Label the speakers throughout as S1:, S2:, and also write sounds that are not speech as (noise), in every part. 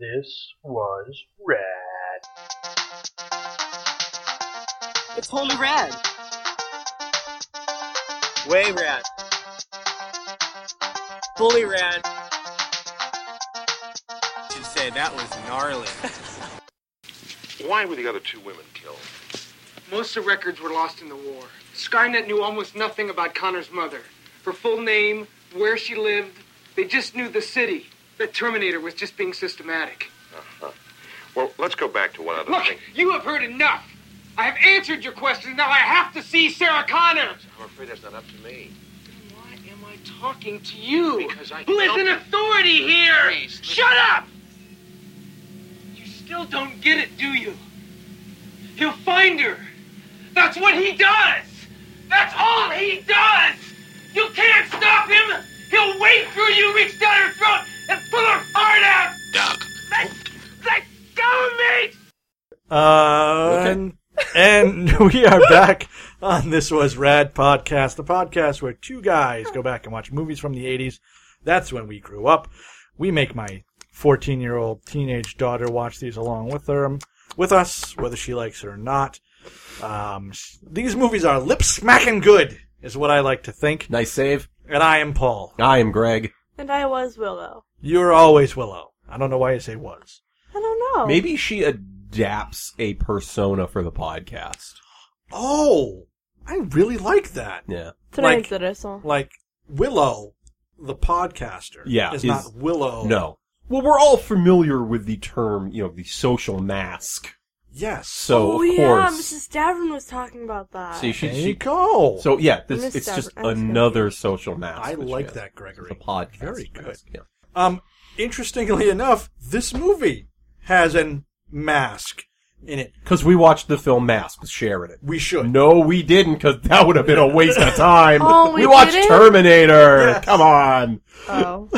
S1: This was rad.
S2: It's totally rad. Way rad. Fully rad. Should say that was gnarly.
S3: Why were the other two women killed?
S4: Most of the records were lost in the war. Skynet knew almost nothing about Connor's mother, her full name, where she lived. They just knew the city. The Terminator was just being systematic.
S3: Well, let's go back to one other
S4: Look,
S3: thing.
S4: you have heard enough. I have answered your questions. Now I have to see Sarah Connor.
S3: I'm afraid that's not up to me.
S4: Why am I talking to you?
S3: Because I
S4: Who is
S3: felt
S4: an
S3: it.
S4: authority here?
S3: Please, listen.
S4: Shut up! You still don't get it, do you? He'll find her. That's what he does. That's all he does. You can't stop him. He'll wait till you reach down her throat and pull her heart out.
S3: Doc.
S4: Let, let go of me.
S5: Uh, and, and (laughs) we are back on This Was Rad podcast, the podcast where two guys go back and watch movies from the 80s. That's when we grew up. We make my 14 year old teenage daughter watch these along with her, with us, whether she likes it or not. Um, s- these movies are lip smacking good, is what I like to think.
S6: Nice save.
S5: And I am Paul.
S6: I am Greg.
S7: And I was Willow.
S5: You're always Willow. I don't know why you say was.
S7: I don't know.
S6: Maybe she adapts a persona for the podcast.
S5: Oh, I really like that.
S6: Yeah.
S7: Today
S5: like-
S7: is interesting.
S5: like Willow, the podcaster,
S6: Yeah,
S5: is,
S6: is-
S5: not
S7: Oh.
S5: Willow.
S6: No. Well, we're all familiar with the term, you know, the social mask.
S5: Yes.
S6: So
S7: oh,
S6: of
S7: yeah,
S6: course.
S7: Mrs. Davern was talking about that.
S6: See, she,
S5: there you
S6: she,
S5: go.
S6: so yeah, this,
S7: Miss
S6: it's just
S7: Davern- I was
S6: another social mask.
S5: I
S6: that she
S5: like
S6: has.
S5: that,
S6: It's
S5: Gregory.
S6: a podcast.
S5: Very good.
S6: mask, Yeah.
S5: Um, interestingly enough, this movie has an mask in it.
S6: Because we watched the film Mask with Sheridan.
S5: We should.
S6: No, we didn't, because that would have been a waste of time.
S7: Oh, we
S6: watched
S7: didn't?
S6: Terminator.
S5: Yes.
S6: Come on. (laughs)
S7: oh.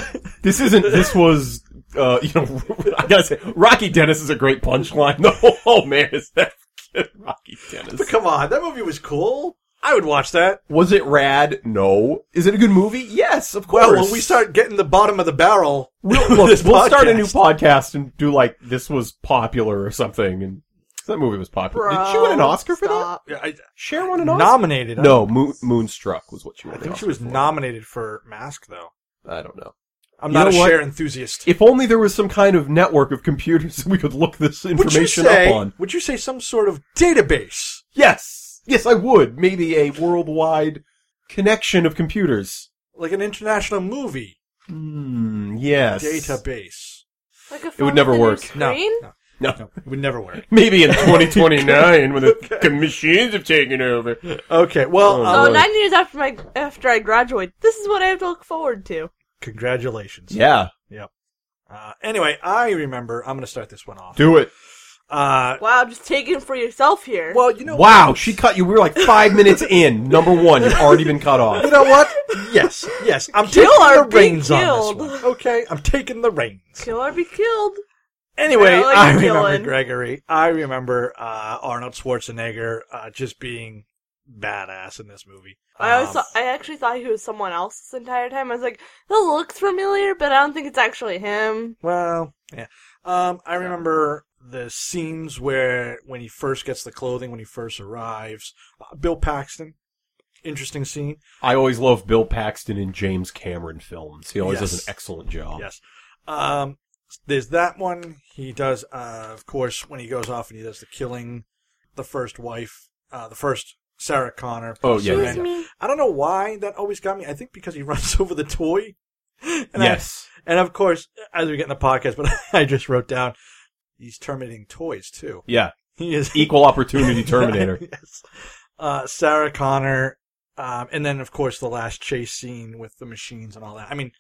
S6: This isn't. This was. Uh, (laughs) you know, I gotta say, Rocky Dennis is a great punchline. (laughs) The whole man is that kid, Rocky
S5: But
S6: Dennis.
S5: come on, that movie was cool. I would watch that.
S6: Was it rad? No. Is it a good movie? Yes, of course.
S5: Well, when we start getting the bottom of the barrel,
S6: we'll,
S5: with
S6: (laughs) look,
S5: this
S6: we'll start a new
S5: podcast-
S6: podcast and do like this was popular or something. And that movie was popular. Did she win an
S7: Bro,
S6: Oscar for that?
S7: stop.
S5: Yeah, I,
S6: Cher won an Oscar.
S5: nominated.
S6: No, Moon, Moonstruck was what she
S5: I,
S6: won.
S5: I
S6: an
S5: think she
S6: Oscar
S5: was
S6: for.
S5: nominated for Mask though.
S6: I don't know.
S5: I'm
S6: You
S5: not a
S6: know what?
S5: share enthusiast.
S6: If only there was some kind of network of computers (laughs) we could look this
S5: would you
S6: information
S5: say?
S6: up on.
S5: Would you say some sort of database?
S6: Yes, yes, I would. Maybe a worldwide connection of computers.
S5: like an international movie
S6: Hmm. Yes.
S5: database.
S7: Like a phone
S6: It would never
S7: with a new
S6: work.
S5: No,
S7: Screen?
S5: no,
S6: No.
S5: it would never work.
S6: (laughs) Maybe in
S5: (laughs)
S6: 2029 when the com- machines have taken over.
S5: Okay, well,
S6: Oh,
S5: uh,
S7: Oh,
S6: Really?
S7: nine years after my after I graduate, this is what I have to look forward to.
S5: congratulations.
S6: Yeah.
S5: Uh, anyway, I remember. I'm going to start this one off.
S6: Do it.
S5: Uh,
S7: Wow, just take it for yourself here.
S5: well, you know,
S6: Wow, she cut you. We were like
S5: (laughs)
S6: five minutes in. Number one, you've already been cut
S5: you
S6: off.
S5: know what? Yes, yes. I'm
S7: (laughs) Kill
S5: taking
S7: or
S5: the
S7: be
S5: reins on
S7: killed.
S5: this one. Okay, I'm taking the reins.
S7: Kill or be killed.
S5: Anyway,
S7: I like
S5: I remember
S7: killing.
S5: Gregory. I remember uh, Arnold Schwarzenegger uh, just being badass in this movie.
S7: I
S6: Ah.
S7: always
S5: Um,
S7: thought, I actually thought he was someone else this entire time. I was like, that looks familiar, but I don't think it's actually him.
S5: Well, yeah. Um, I remember the scenes where when he first gets the clothing, when he first arrives, uh, Bill Paxton. Interesting scene.
S6: I always love Bill Paxton in James Cameron films. He always
S5: Yes.
S6: does an excellent job.
S5: Yes. Um, there's that one. He does, uh, of course, when he goes off and he does the killing, the first wife, uh, the first Sarah Connor.
S6: Oh, yeah,
S5: And
S6: yeah,
S7: me.
S5: I don't know why that always got me. I think because he (laughs) runs over the toy. And I-
S6: Yes.
S5: and of course, as we get in the podcast, (laughs) but I just wrote down, he's terminating toys too.
S6: Yeah.
S5: He is
S6: Equal
S5: (laughs)
S6: opportunity Terminator.
S5: yes. Uh, Sarah Connor, um, and then of course the last chase scene with the machines and all that. I mean,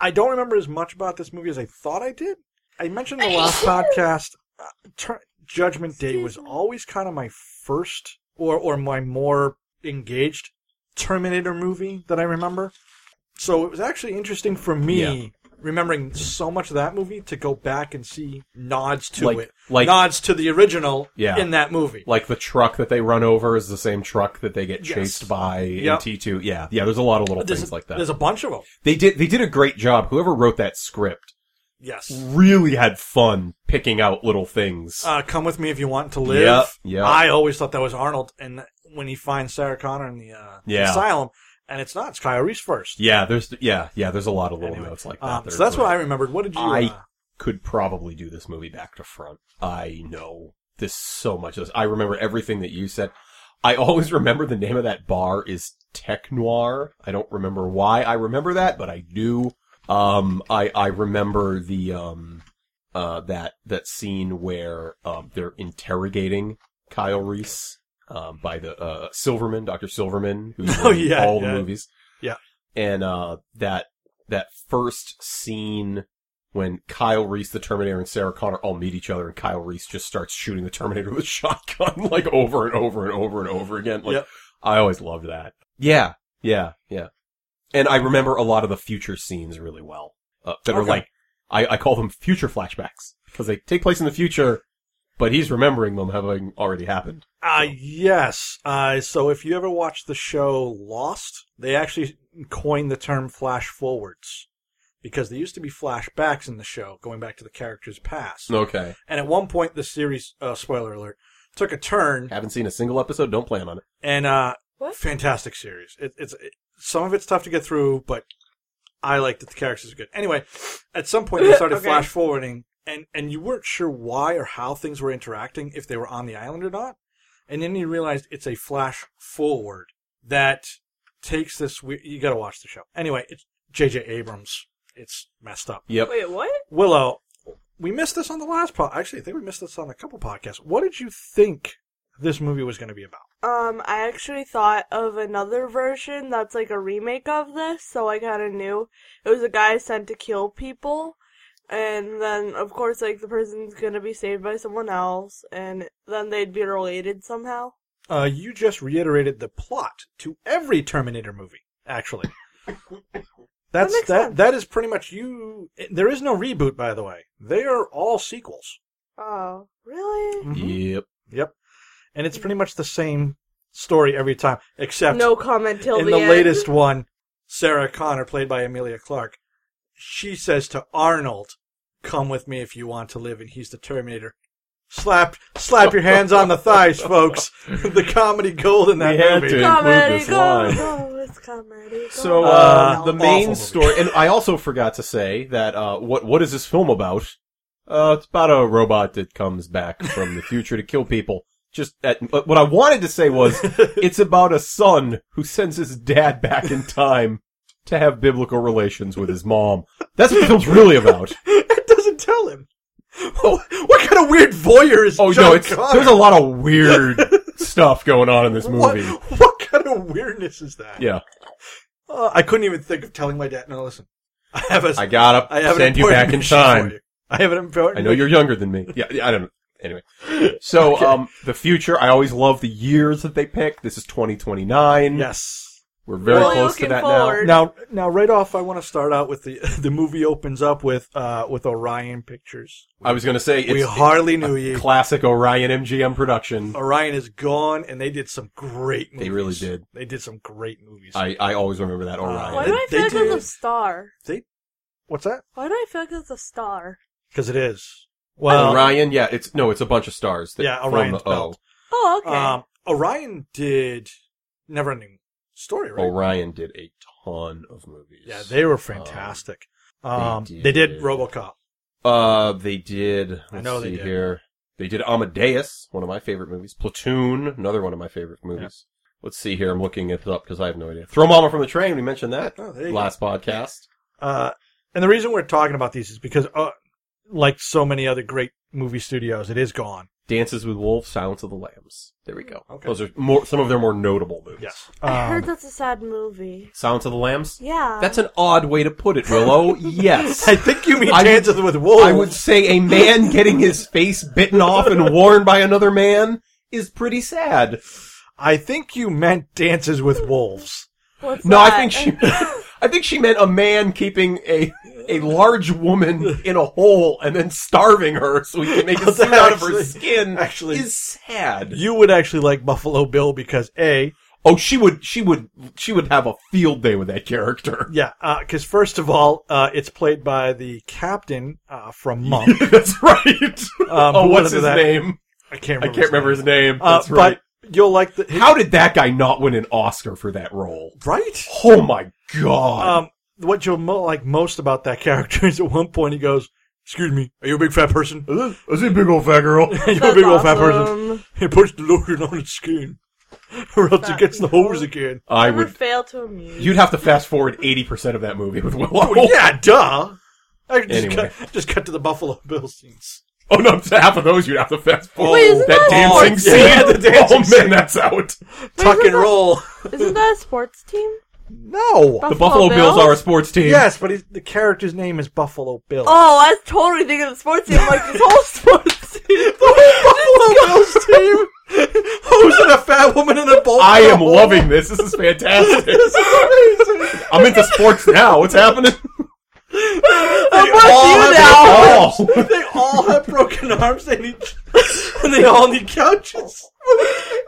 S5: I don't remember as much about this movie as I thought I did. I mentioned in the last podcast. Uh, Tur- Judgment Day was always kind of my first, or or my more engaged Terminator movie that I remember. So it was actually interesting for me. Remembering so much of that movie to go back and see nods to
S6: Like-
S5: it,
S6: like-
S5: nods to the original
S6: Yeah.
S5: in that movie.
S6: like the truck that they run over is the same truck that they get
S5: Yes.
S6: chased by
S5: Yep.
S6: in T2. Yeah, yeah. There's a lot of little
S5: There's
S6: things
S5: a-
S6: like that.
S5: There's a bunch of them.
S6: they did they did a great job. Whoever wrote that script,
S5: Yes.
S6: really had fun picking out little things.
S5: Uh, Come with me if you want to live.
S6: Yep, yep.
S5: I always thought that was Arnold, and when he finds Sarah Connor in the uh,
S6: Yeah.
S5: asylum, and it's not. It's Kyle Reese first.
S6: yeah, there's yeah, yeah, there's a lot of little
S5: Anyway,
S6: notes like that.
S5: Um,
S6: that
S5: so
S6: are
S5: that's what I
S6: great.
S5: remembered. What did you?
S6: I-
S5: uh,
S6: could probably do this movie back to front. I know this so much. I remember everything that you said. I always (laughs) remember the name of that bar is Tech Noir. I don't remember why I remember that, but I do. Um, I I remember the um uh that that scene where um they're interrogating Kyle Reese um by the uh Silverman, Doctor Silverman, who's
S5: (laughs) Oh,
S6: in
S5: yeah,
S6: all
S5: yeah.
S6: the movies.
S5: Yeah.
S6: and uh that that first scene when Kyle Reese, the Terminator, and Sarah Connor all meet each other, and Kyle Reese just starts shooting the Terminator with a shotgun (laughs) like over and over and over and over again. Like
S5: Yep.
S6: I always loved that. Yeah, yeah, yeah. And I remember a lot of the future scenes really well uh, that are
S5: Okay.
S6: like I, I call them future flashbacks because they take place in the future, but he's remembering them having already happened.
S5: Uh, yes. Uh, so if you ever watch the show Lost, they actually coined the term flash forwards because there used to be flashbacks in the show going back to the character's past.
S6: Okay,
S5: And at one point, the series, uh, spoiler alert, took a turn
S6: haven't seen a single episode. Don't plan on it.
S5: and, uh,
S7: What?
S5: fantastic series. It, it's, it, some of it's tough to get through, but I like that the characters are good. Anyway, at some point they started
S7: Okay.
S5: flash forwarding and, and you weren't sure why or how things were interacting, if they were on the island or not. And then you realized it's a flash forward that takes this, we- you gotta watch the show. Anyway, it's JJ Abrams. It's messed up.
S6: Yep.
S7: Wait, what?
S5: Willow, we missed this on the last pod. Actually, I think we missed this on a couple podcasts. What did you think this movie was going to be about?
S7: Um, I actually thought of another version that's like a remake of this, so I kind of knew it was a guy sent to kill people, and then of course like the person's gonna be saved by someone else, and then they'd be related somehow.
S5: Uh, you just reiterated the plot to every Terminator movie,
S7: (laughs)
S5: actually. That's
S7: That makes
S5: that
S7: sense.
S5: that is pretty much you. There is no reboot, by the way. They are all sequels.
S7: Oh, really?
S6: Yep.
S5: Yep, and it's pretty much the same story every time, except
S7: No comment till
S5: in
S7: the,
S5: the,
S7: end.
S5: latest one, Sarah Connor, played by Amelia Clark, she says to Arnold, "Come with me if you want to live," and he's the Terminator. Slap, slap your hands on the thighs,
S7: (laughs)
S5: folks. (laughs) the comedy gold in that
S6: We had
S5: movie.
S6: to.
S7: Comedy,
S6: Include this line.
S7: go, go, it's comedy. Go.
S6: So uh,
S5: Uh,
S6: the
S5: awful
S6: main
S5: movie.
S6: story, and I also forgot to say that uh, what what is this film about? Uh, it's about a robot that comes back from the future to kill people. Just at, but what I wanted to
S5: (laughs)
S6: say was it's about a son who sends his dad back in time to have biblical relations with his mom. That's what the film's really about.
S5: it doesn't tell him. Oh, what kind of weird voyeur is
S6: Oh
S5: John
S6: no, it's
S5: Connor?
S6: there's a lot of
S5: (laughs)
S6: weird stuff going on in this movie.
S5: What, what kind of weirdness is that?
S6: Yeah,
S5: Uh, I couldn't even think of telling my dad. No, listen, I have a,
S6: I gotta
S5: I have an
S6: send you
S5: important
S6: back in
S5: mission
S6: time.
S5: for you. I have an important.
S6: I know you're younger than me. Yeah, yeah, I don't know. Anyway.
S5: (laughs)
S6: So, um, the future, I always love the years that they pick. This is 2029.
S5: Yes.
S6: We're very
S7: Really
S6: close to
S7: looking
S6: that
S7: forward.
S5: Now, now, right off, I want to start out with the (laughs) the movie opens up with uh with Orion Pictures.
S6: now. I was going to say, it's
S5: we hardly knew
S6: a
S5: you.
S6: classic Orion MGM production.
S5: Orion is gone, and they did some great. movies.
S6: They really did.
S5: They did some great movies.
S6: I, I always remember
S5: Uh,
S6: that Orion.
S7: why do I
S5: They
S7: feel like
S5: did.
S7: that's a star?
S5: What's that?
S7: Why do I feel like that's a star?
S5: Because it is. Well,
S6: Orion, yeah, it's, no, it's a bunch of stars. That
S5: Yeah,
S6: from uh,
S5: Orion's
S6: the O.
S5: belt.
S7: Oh, okay.
S5: um, Orion did Neverending Story, right?
S6: Orion did a ton of movies.
S5: Yeah, they were fantastic. Um,
S6: they
S5: they did
S6: did.
S5: RoboCop.
S6: Uh, they did. Let's
S5: I know they
S6: see
S5: did.
S6: here. They did Amadeus, one of my favorite movies. Platoon, another one of my favorite movies. Let's see here. I'm looking it up because I have no idea. Throw Mama from the Train. We mentioned that
S5: Oh, there you go.
S6: last podcast.
S5: Uh, and the reason we're talking about these is because, uh, like so many other great movie studios, it is gone.
S6: Dances with Wolves, Silence of the Lambs. There we go.
S5: Mm, Okay.
S6: Those are more some of their more notable movies.
S5: Yes,
S7: I heard
S5: Um,
S7: that's a sad movie.
S6: Silence of the Lambs.
S7: Yeah.
S6: That's an odd way to put it,
S5: (laughs)
S6: Willow. yes.
S5: I think you mean
S6: I would-
S5: Dances with Wolves.
S6: I would say a man getting his face bitten off and worn by another man is pretty sad.
S5: I think you meant Dances with Wolves.
S7: What's
S6: No, I
S7: that?
S6: think she. (laughs)
S7: (laughs)
S6: I think she meant a man keeping a a large woman in a hole and then starving her so he can make a
S5: Well, (laughs)
S6: suit
S5: that
S6: out of her
S5: actually-
S6: skin.
S5: actually-
S6: is sad.
S5: You would actually like Buffalo Bill because A,
S6: Oh, she would, she would, she would have a field day with that character. (laughs)
S5: Yeah, because first of all, uh, it's played by the captain uh, from Monk.
S6: (laughs) That's right.
S5: Um,
S6: oh,
S5: who
S6: what's
S5: would've
S6: his
S5: that?
S6: name?
S5: I can't.
S6: I
S5: Remember
S6: can't remember his name.
S5: Uh,
S6: That's right.
S5: But you'll like the
S6: How did that guy not win an Oscar for that role?
S5: right.
S6: Oh my god.
S5: Um, what you'll mo- like most about that character (laughs) is at one point he goes, "Excuse me, are you a big fat person? (laughs) Are
S6: Um, is he a big old fat
S5: (laughs)
S6: girl?
S5: you a big old fat person?" He puts the lotion on his skin, (laughs) or else it
S7: Fat
S5: gets the
S7: people.
S5: hose again.
S6: I
S7: I would
S6: would.
S7: fail to amuse.
S6: You'd have to fast forward eighty percent of that movie with Willow.
S5: Well, Oh, yeah, duh. I just,
S6: Anyway.
S5: cut, just cut to the Buffalo (laughs) Bill scenes.
S6: (laughs) Oh no, half of those you'd have to fast forward.
S7: Wait, isn't
S6: that
S7: that
S6: dancing
S5: sports?
S6: scene.
S5: Yeah, the dancing
S6: oh man,
S5: scene.
S6: that's out.
S5: Tuck
S7: isn't
S5: and
S7: that-
S5: roll.
S7: Isn't that a sports team?
S5: No.
S6: The Buffalo Bills are a sports
S5: (laughs)
S6: team.
S5: Yes, but he's, the character's name is Buffalo Bill. (laughs)
S7: Oh, I was totally thinking of the sports team. Like this whole
S6: (laughs)
S7: sports team. (laughs)
S5: Buffalo Bills team. (laughs) Who's in a fat woman in a bowl?
S6: I
S5: (laughs)
S6: am loving this. This is (laughs) fantastic. I'm into sports now. What's (laughs) happening?
S7: How
S5: all have
S7: about you now?
S6: Oh.
S5: They all have broken arms. They need, and they all need couches.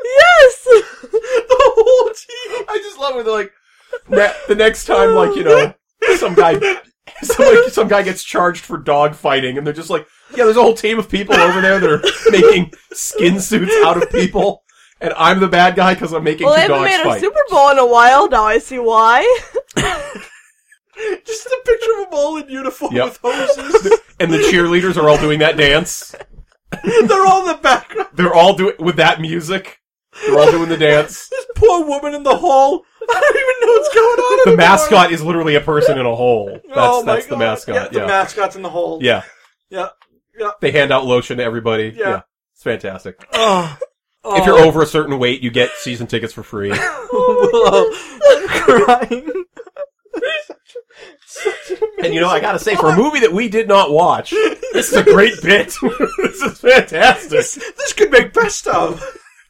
S7: Yes.
S5: The whole team.
S6: (laughs) I just love when they're like, na- the next time, like you know, some guy, (laughs) some, like, some guy gets charged for dog fighting, and they're just like, yeah, there's a whole team of people over there that are making skin suits out of people, and I'm the bad guy because I'm making
S7: (laughs) Well, they
S6: two
S7: haven't
S6: dogs
S7: made a
S6: fight.
S7: Super Bowl in a while. Now I see why. (laughs)
S5: Just a picture of them all in uniform
S6: Yep.
S5: with hoses.
S6: and the cheerleaders are all doing that dance.
S5: They're all in the background.
S6: They're all doing with that music. They're all doing
S5: (laughs)
S6: the dance.
S5: This poor woman in the hall. I don't even know what's going on.
S6: The
S5: anymore.
S6: mascot is literally a person in a hole. That's
S5: Oh my
S6: that's the
S5: God.
S6: mascot.
S5: Yeah,
S6: Yeah.
S5: the mascot's in the hall.
S6: yeah.
S5: (laughs) yeah, yeah.
S6: They hand out lotion to everybody.
S5: Yeah.
S6: It's fantastic.
S5: Oh.
S6: If you're over a certain weight, you get season tickets
S5: (laughs)
S6: for free.
S5: I'm crying.
S6: And you know, I gotta say, for a movie that we did not watch, this is a great bit. (laughs) this is
S5: (laughs)
S6: fantastic.
S5: This could make best of.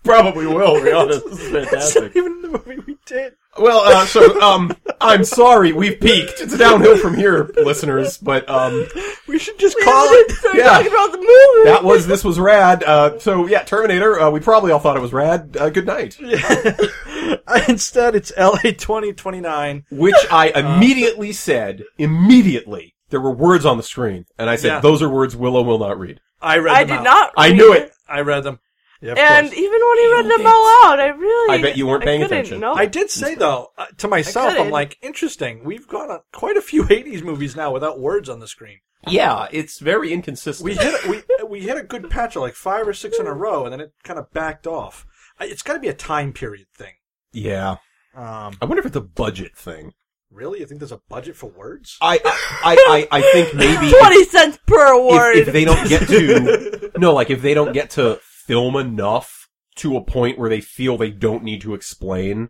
S6: Probably will, to be honest. This is
S5: It's not
S6: fantastic.
S5: even the movie we did.
S6: Well, uh, so, um, I'm sorry, we've peaked. It's downhill from here, listeners, but, um,
S5: We should just call it.
S7: So
S6: Yeah.
S7: yeah. talking about the movie.
S6: that was, this was rad. Uh, so yeah, Terminator, uh, we probably all thought it was rad. Uh, good night.
S5: (laughs) Instead, it's LA 2029.
S6: Which (laughs) I immediately said, immediately, there were words on the screen, and I said,
S5: Yeah.
S6: those are words Willow will not read.
S5: I read
S7: I
S5: them
S7: did
S5: out.
S7: not.
S6: I
S7: read
S6: knew it.
S5: I read them. Yeah, of
S7: And
S5: course.
S7: even when he read them
S5: Idiots.
S7: all out, I really.
S6: I bet you weren't
S7: I
S6: paying
S7: couldn't,
S6: attention.
S7: No.
S5: I did say though uh, to myself, I'm
S7: couldn't.
S5: like, interesting. We've got a, quite a few (laughs) '80s movies now without words on the screen.
S6: Yeah, it's very inconsistent.
S5: We hit a, we we hit a good patch of like five or six in a row, and then it kind of backed off. I- It's got to be a time period thing.
S6: yeah.
S5: Um,
S6: I wonder if it's a budget thing.
S5: really, you think there's a budget for words?
S6: I I, I, I
S7: (laughs)
S6: think (laughs) maybe if,
S7: Twenty cents per word.
S6: if they don't get to
S5: (laughs)
S6: no, like if they don't get to film enough to a point where they feel they don't need to explain,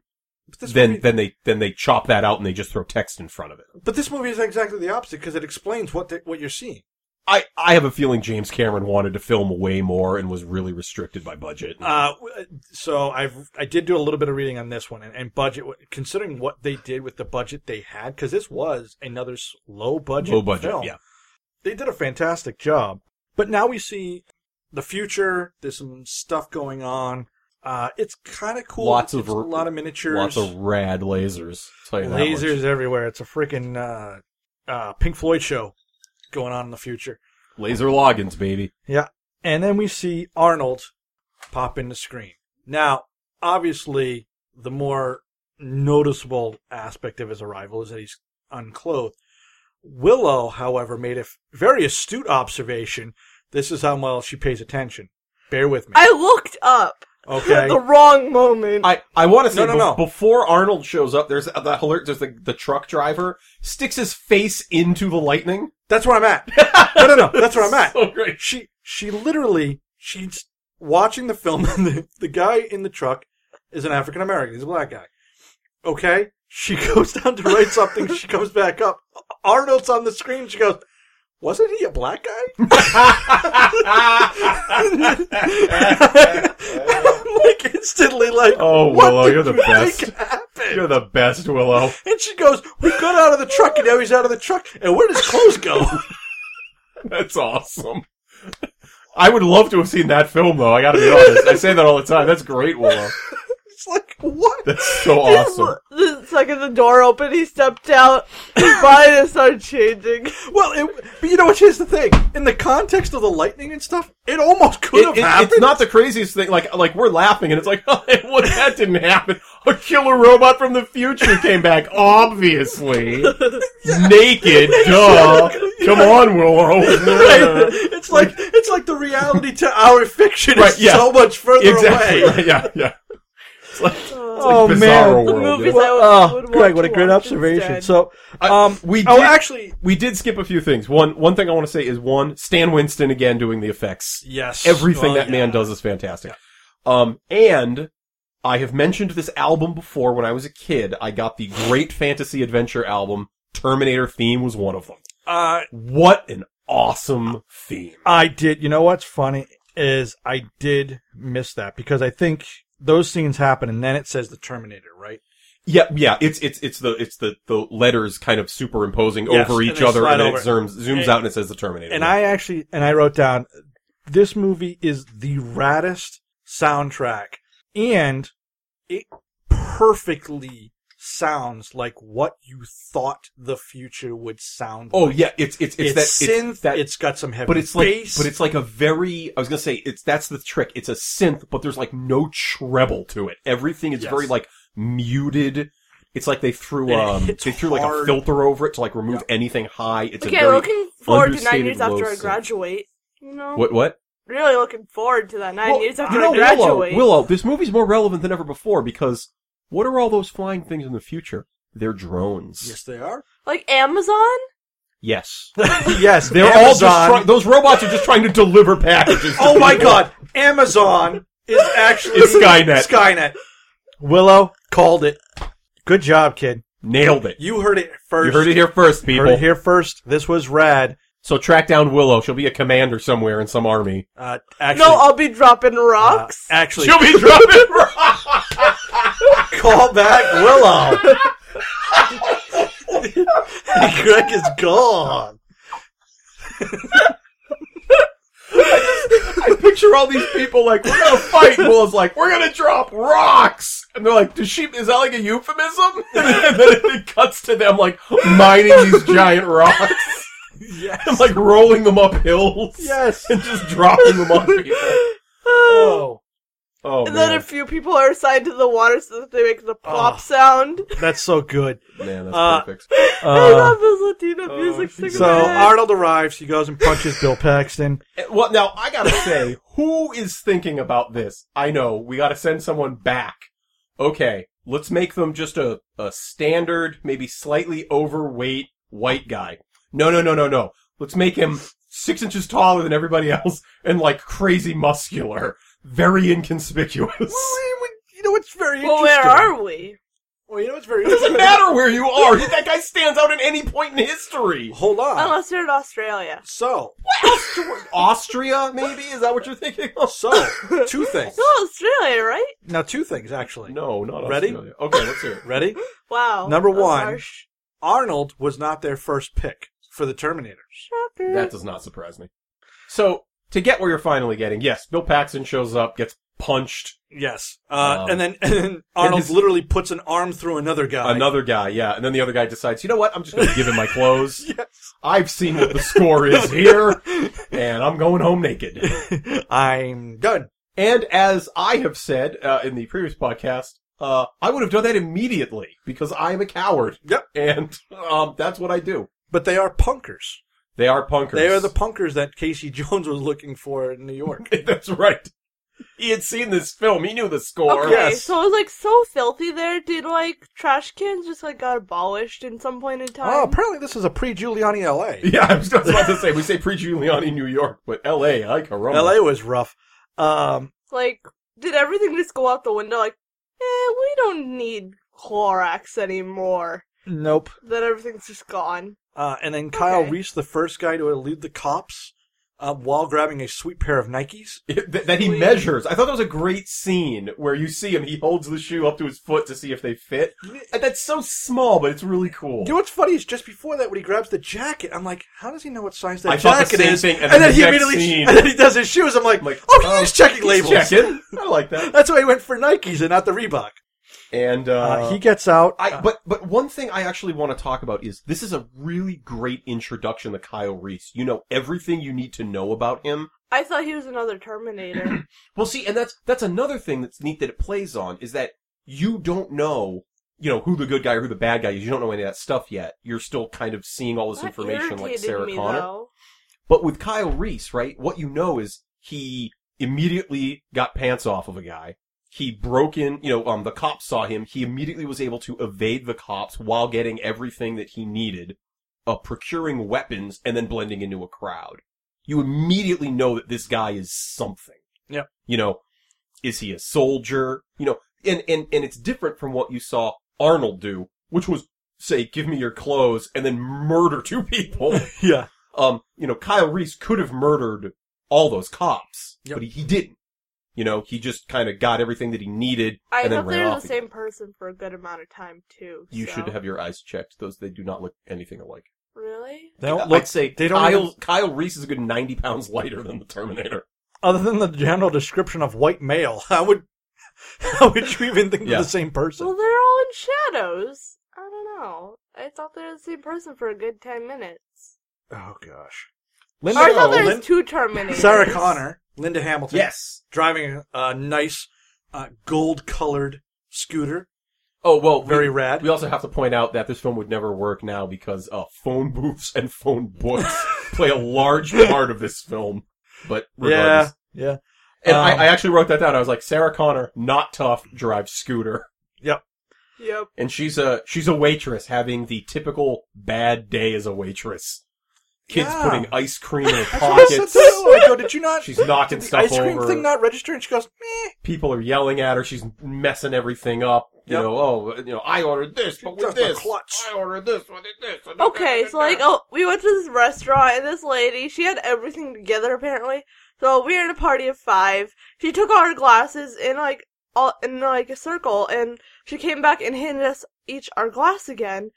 S5: But this
S6: then
S5: movie,
S6: then they then they chop that out and they just throw text in front of it.
S5: but this movie is exactly the opposite because it explains what the, what you're seeing.
S6: I I have a feeling James Cameron wanted to film way more and was really restricted by budget.
S5: Uh, w- so I've I did do a little bit of reading on this one and, and budget considering what they did with the budget they had because this was another low budget
S6: Low budget,
S5: film.
S6: yeah.
S5: they did a fantastic job. But now we see the future. There's some stuff going on. Uh, it's kind of cool.
S6: Lots of
S5: It's
S6: r-
S5: a lot of miniatures,
S6: Lots of rad lasers. Tell you that much.
S5: lasers everywhere. It's a freaking uh, uh, Pink Floyd show going on in the future.
S6: laser logins, baby.
S5: And then we see Arnold pop in the screen. Now, obviously, the more noticeable aspect of his arrival is that he's unclothed. Willow, however, made a f- very astute observation. This is how well she pays attention. Bear with me.
S7: I looked up
S5: Okay.
S7: at (laughs) the wrong moment.
S6: I, I want to say
S5: No, no,
S6: be-
S5: no.
S6: before Arnold shows up, there's the alert. There's the, the truck driver sticks his face into the lightning.
S5: That's where I'm at. No, no, no. That's where I'm at.
S6: So great.
S5: She, she literally, she's watching the film (laughs) and the, the guy in the truck is an African American. He's a black guy. Okay. She (laughs) goes down to write something. She comes back up. Arnold's on the screen. She goes, wasn't he a black guy? (laughs) I'm like instantly like,
S6: Oh,
S5: what
S6: Willow,
S5: did
S6: you're the
S5: you
S6: best.
S5: think happened?
S6: (laughs) You're the best, Willow.
S5: And she goes, we got out of the truck and now he's out of the truck. And where does clothes go? (laughs)
S6: That's awesome. I would love to have seen that film, though. I got to be honest. I say that all the time. That's great, Willow.
S5: It's like, what?
S6: That's so awesome.
S7: (laughs) The second the door opened, he stepped out. His (coughs) body just started changing.
S5: Well, it, but you know what? Here's the thing. In the context of the lightning and stuff, it almost could
S6: It-
S5: have
S6: it-
S5: happened.
S6: it's
S5: (laughs)
S6: not the craziest thing. Like, like we're laughing, and it's like, (laughs) oh, what? That didn't happen. A killer robot from the future came back, (laughs) obviously,
S5: (laughs)
S6: naked. Duh. Come on, Willow.
S5: It's like it's like the reality to our fiction
S6: Right,
S5: is
S6: yeah.
S5: so much further
S6: Exactly.
S5: away.
S6: right, Yeah, yeah. It's like,
S5: Oh,
S6: bizarre
S5: man.
S7: The
S6: world.
S7: movies
S6: yeah.
S7: I would,
S5: Oh,
S7: would want
S5: Greg, what
S7: to
S5: a great
S7: watch
S5: observation.
S7: instead.
S5: So,
S6: I-
S5: um,
S6: we
S5: oh,
S6: did-
S5: actually,
S6: we did skip a few things. One, one thing I want to say is one, Stan Winston again doing the effects.
S5: yes,
S6: Everything
S5: Well,
S6: that man
S5: Oh, yeah.
S6: does is fantastic. Um, and I have mentioned this album before when I was a kid. I got the Great Fantasy Adventure album. Terminator theme was one of them.
S5: Uh,
S6: What an awesome theme. Uh,
S5: I did. You know what's funny is I did miss that because I think those scenes happen and then it says the Terminator, right?
S6: Yeah, yeah, it's, it's, it's the, it's the, the letters kind of superimposing
S5: Yes,
S6: over
S5: and
S6: each
S5: they
S6: other
S5: slide
S6: and then
S5: over.
S6: it zooms, zooms
S5: And-
S6: out and it says the Terminator.
S5: And I actually and I wrote down this movie is the raddest soundtrack and it perfectly sounds like what you thought the future would sound
S6: Oh
S5: like.
S6: yeah, it's, it's, it's,
S5: It's,
S6: that,
S5: synth,
S6: it's that,
S5: it's got some heavy
S6: but it's
S5: bass.
S6: like but it's like a very I was gonna say it's that's the trick. It's a synth, but there's like no treble to it. Everything is
S5: Yes.
S6: very like muted. It's like they threw
S5: And it
S6: um
S5: hits
S6: they threw like a
S5: hard.
S6: filter over it to like remove anything high. It's
S7: Okay,
S6: a very
S7: looking forward to nine
S6: understated
S7: years
S6: low
S7: after I
S6: synth.
S7: graduate. You know,
S6: what what
S7: really looking forward to that nine
S6: Well,
S7: years after
S6: you know,
S7: I graduate.
S6: Willow, Willow, this movie's more relevant than ever before because what are all those flying things in the future? They're drones.
S5: yes they
S6: (laughs)
S5: are.
S7: Like Amazon.
S6: Yes.
S5: yes,
S6: They're all just
S5: Amazon-
S6: try- those robots are just trying to deliver packages. to
S5: (laughs) Oh
S6: (laughs)
S5: my
S6: people.
S5: god, Amazon is actually
S6: It's Skynet.
S5: Skynet. Willow called it. Good job, kid.
S6: Nailed it.
S5: You heard it first.
S6: You heard it here first, people.
S5: Heard it here first. This was rad.
S6: So track down Willow. She'll be a commander somewhere in some army.
S5: Uh, actually,
S7: No, I'll be dropping
S5: uh,
S7: rocks. (sighs)
S5: actually,
S6: She'll (laughs) be dropping rocks.
S5: (laughs) call back Willow. (laughs) Greg is gone.
S6: I picture all these people like we're gonna fight. Willow's like we're gonna drop rocks, and they're like, "Does she? Is that like a euphemism?" (laughs) And then it cuts to them like mining these giant rocks (laughs) and
S5: Yes.
S6: like rolling them up hills
S5: Yes.
S6: (laughs) and just dropping them on people.
S5: Oh,
S6: Oh
S7: and then
S6: man,
S7: a few people are assigned to the water so that they make the plop
S5: Oh.
S7: sound.
S5: that's so good.
S6: man, that's
S5: Uh,
S6: perfect.
S7: (laughs) I
S5: Uh,
S7: love this Latino
S6: oh,
S7: music.
S6: she's-
S7: singing
S5: so
S7: back.
S5: Arnold arrives. He goes and punches Bill Paxton.
S6: Eh, Well, now I gotta say, who is thinking about this? I know we gotta send someone back. Okay, let's make them just a a standard, maybe slightly overweight white guy. No, no, no, no, no. Let's make him six inches taller than everybody else and like crazy muscular, very inconspicuous.
S5: You know what's very
S7: well, where are we?
S5: Well, you know what's very
S6: It doesn't matter where you are. That guy stands out at any point in history.
S5: Hold on.
S7: Unless you're in Australia.
S5: So,
S6: Austria, maybe? Is that what you're thinking? of?
S5: so two things.
S7: No, Oh, Australia, right?
S5: Now, two things actually.
S6: No, not
S5: Ready?
S6: Australia. Okay, let's hear it.
S5: Ready?
S7: Wow.
S5: Number
S7: that was
S5: one.
S7: harsh.
S5: Arnold was not their first pick for the Terminator.
S7: Shocker.
S6: That does not surprise me. So, to get where you're finally getting, yes, Bill Paxton shows up, gets punched.
S5: Yes. Uh,
S6: Um,
S5: and then (laughs) and then Arnold
S6: his-
S5: literally puts an arm through another guy.
S6: Another guy, yeah, and then the other guy decides, you know what, I'm just gonna give him my clothes.
S5: (laughs) (laughs) Yes.
S6: I've seen what the score is here, and I'm going home naked.
S5: I'm done.
S6: And as I have said uh, in the previous podcast, uh, I would have done that immediately because I am a coward.
S5: Yep.
S6: And um, that's what I do.
S5: But they are punkers.
S6: They are punkers.
S5: They are
S6: (laughs)
S5: the punkers that Casey (laughs) Jones was looking for in New York.
S6: that's right. He had seen this film. He knew the score.
S7: Okay,
S5: Yes.
S7: so it was like so filthy there. Did like trash cans just like got abolished in some point in time?
S5: oh, apparently this is a pre-Giuliani (laughs) LA.
S6: (laughs) Yeah, I was just about to say we say pre-Giuliani New York, but L.A. I Corona. (laughs)
S5: LA was rough. Um,
S7: like, did everything just go out the window? Like, eh, we don't need Clorox anymore.
S5: nope.
S7: Then everything's just gone.
S5: Uh, and then Kyle
S7: Okay.
S5: Reese, the first guy to elude the cops uh, while grabbing a sweet pair of Nikes.
S6: that, that he measures. I thought that was a great scene where you see him. He holds the shoe up to his foot to see if they fit. And that's so small, but it's really cool.
S5: You know what's funny is just before that, when he grabs the jacket, I'm like, how does he know what size that
S6: I thought the
S5: jacket
S6: same
S5: is?
S6: thing, and
S5: and,
S6: then
S5: then
S6: the
S5: he
S6: next
S5: immediately,
S6: scene-
S5: and then he does his shoes. I'm like,
S6: I'm like,
S5: oh,
S6: oh,
S5: he's checking (laughs)
S6: He's
S5: labels.
S6: checking. I like that.
S5: That's why he went for Nikes and not the Reebok.
S6: And uh,
S5: Uh, he gets out.
S6: I,
S5: uh,
S6: but but one thing I actually want to talk about is this is a really great introduction to Kyle Reese. You know everything you need to know about him.
S7: I thought he was
S6: (clears throat)
S7: another Terminator.
S6: Well, see, and that's that's another thing that's neat that it plays on is that you don't know, you know, who the good guy or who the bad guy is. You don't know any of that stuff yet. You're still kind of seeing all this
S7: That
S6: information like
S7: irritated
S6: Sarah
S7: me,
S6: Connor.
S7: though.
S6: But with Kyle Reese, right? What you know is he immediately got pants off of a guy. He broke in, you know, um, the cops saw him. He immediately was able to evade the cops while getting everything that he needed, uh, procuring weapons and then blending into a crowd. You immediately know that this guy is something.
S5: Yep.
S6: You know, is he a soldier? You know, and, and, and it's different from what you saw Arnold do, which was say, give me your clothes and then murder two people.
S5: yeah,
S6: Um, you know, Kyle Reese could have murdered all those cops,
S5: Yep.
S6: but he, he didn't. You know, he just kind of got everything that he needed
S7: I
S6: and then
S7: thought
S6: ran
S7: they were
S6: off.
S7: the
S6: again.
S7: same person for a good amount of time too.
S6: You
S7: so-
S6: should have your eyes checked. Those they do not look anything alike.
S7: really.
S5: they don't
S6: I'd
S5: look.
S6: say
S5: they don't
S6: Kyle
S5: even-
S6: Kyle Reese is a good ninety pounds lighter than the Terminator.
S5: Other than the general description of white male, (laughs) how would how would you even think
S6: Yeah.
S5: they're the same person?
S7: Well, they're all in shadows. I don't know. I thought they were the same person for a good ten minutes.
S5: oh gosh,
S7: Or I
S5: Oh,
S7: thought there was
S5: Lin-
S7: two Terminators.
S5: Sarah Connor, Linda Hamilton,
S6: Yes.
S5: driving a, a nice uh, gold colored scooter,
S6: Oh well,
S5: very
S6: we,
S5: rad.
S6: we also have to point out that this film would never work now because uh, phone booths and
S5: (laughs)
S6: phone books play a large part of this film. But regardless,
S5: yeah, yeah.
S6: And
S5: Um,
S6: I, I actually wrote that down. I was like, Sarah Connor, not tough, drives scooter.
S7: Yep.
S6: And she's a she's a waitress having the typical bad day as a waitress. Kids
S5: Yeah.
S6: putting ice
S5: (laughs)
S6: cream in her
S5: I said
S6: pockets.
S5: to her, I go, did you not?
S6: She's knocking
S5: did the
S6: stuff
S5: ice cream
S6: over.
S5: thing not register? And she goes, meh.
S6: People are yelling at her. She's messing everything up. You
S5: Yep.
S6: know, oh, you know, I ordered this, but with
S5: Just a
S6: this,
S5: klutz.
S6: I ordered this, with this. and that,
S7: Okay,
S6: and
S7: so
S6: that.
S7: like, oh, we went to this restaurant and this lady, she had everything together apparently. So we were in a party of five. She took all her glasses in like all in like a circle, and she came back and handed us each our glass again.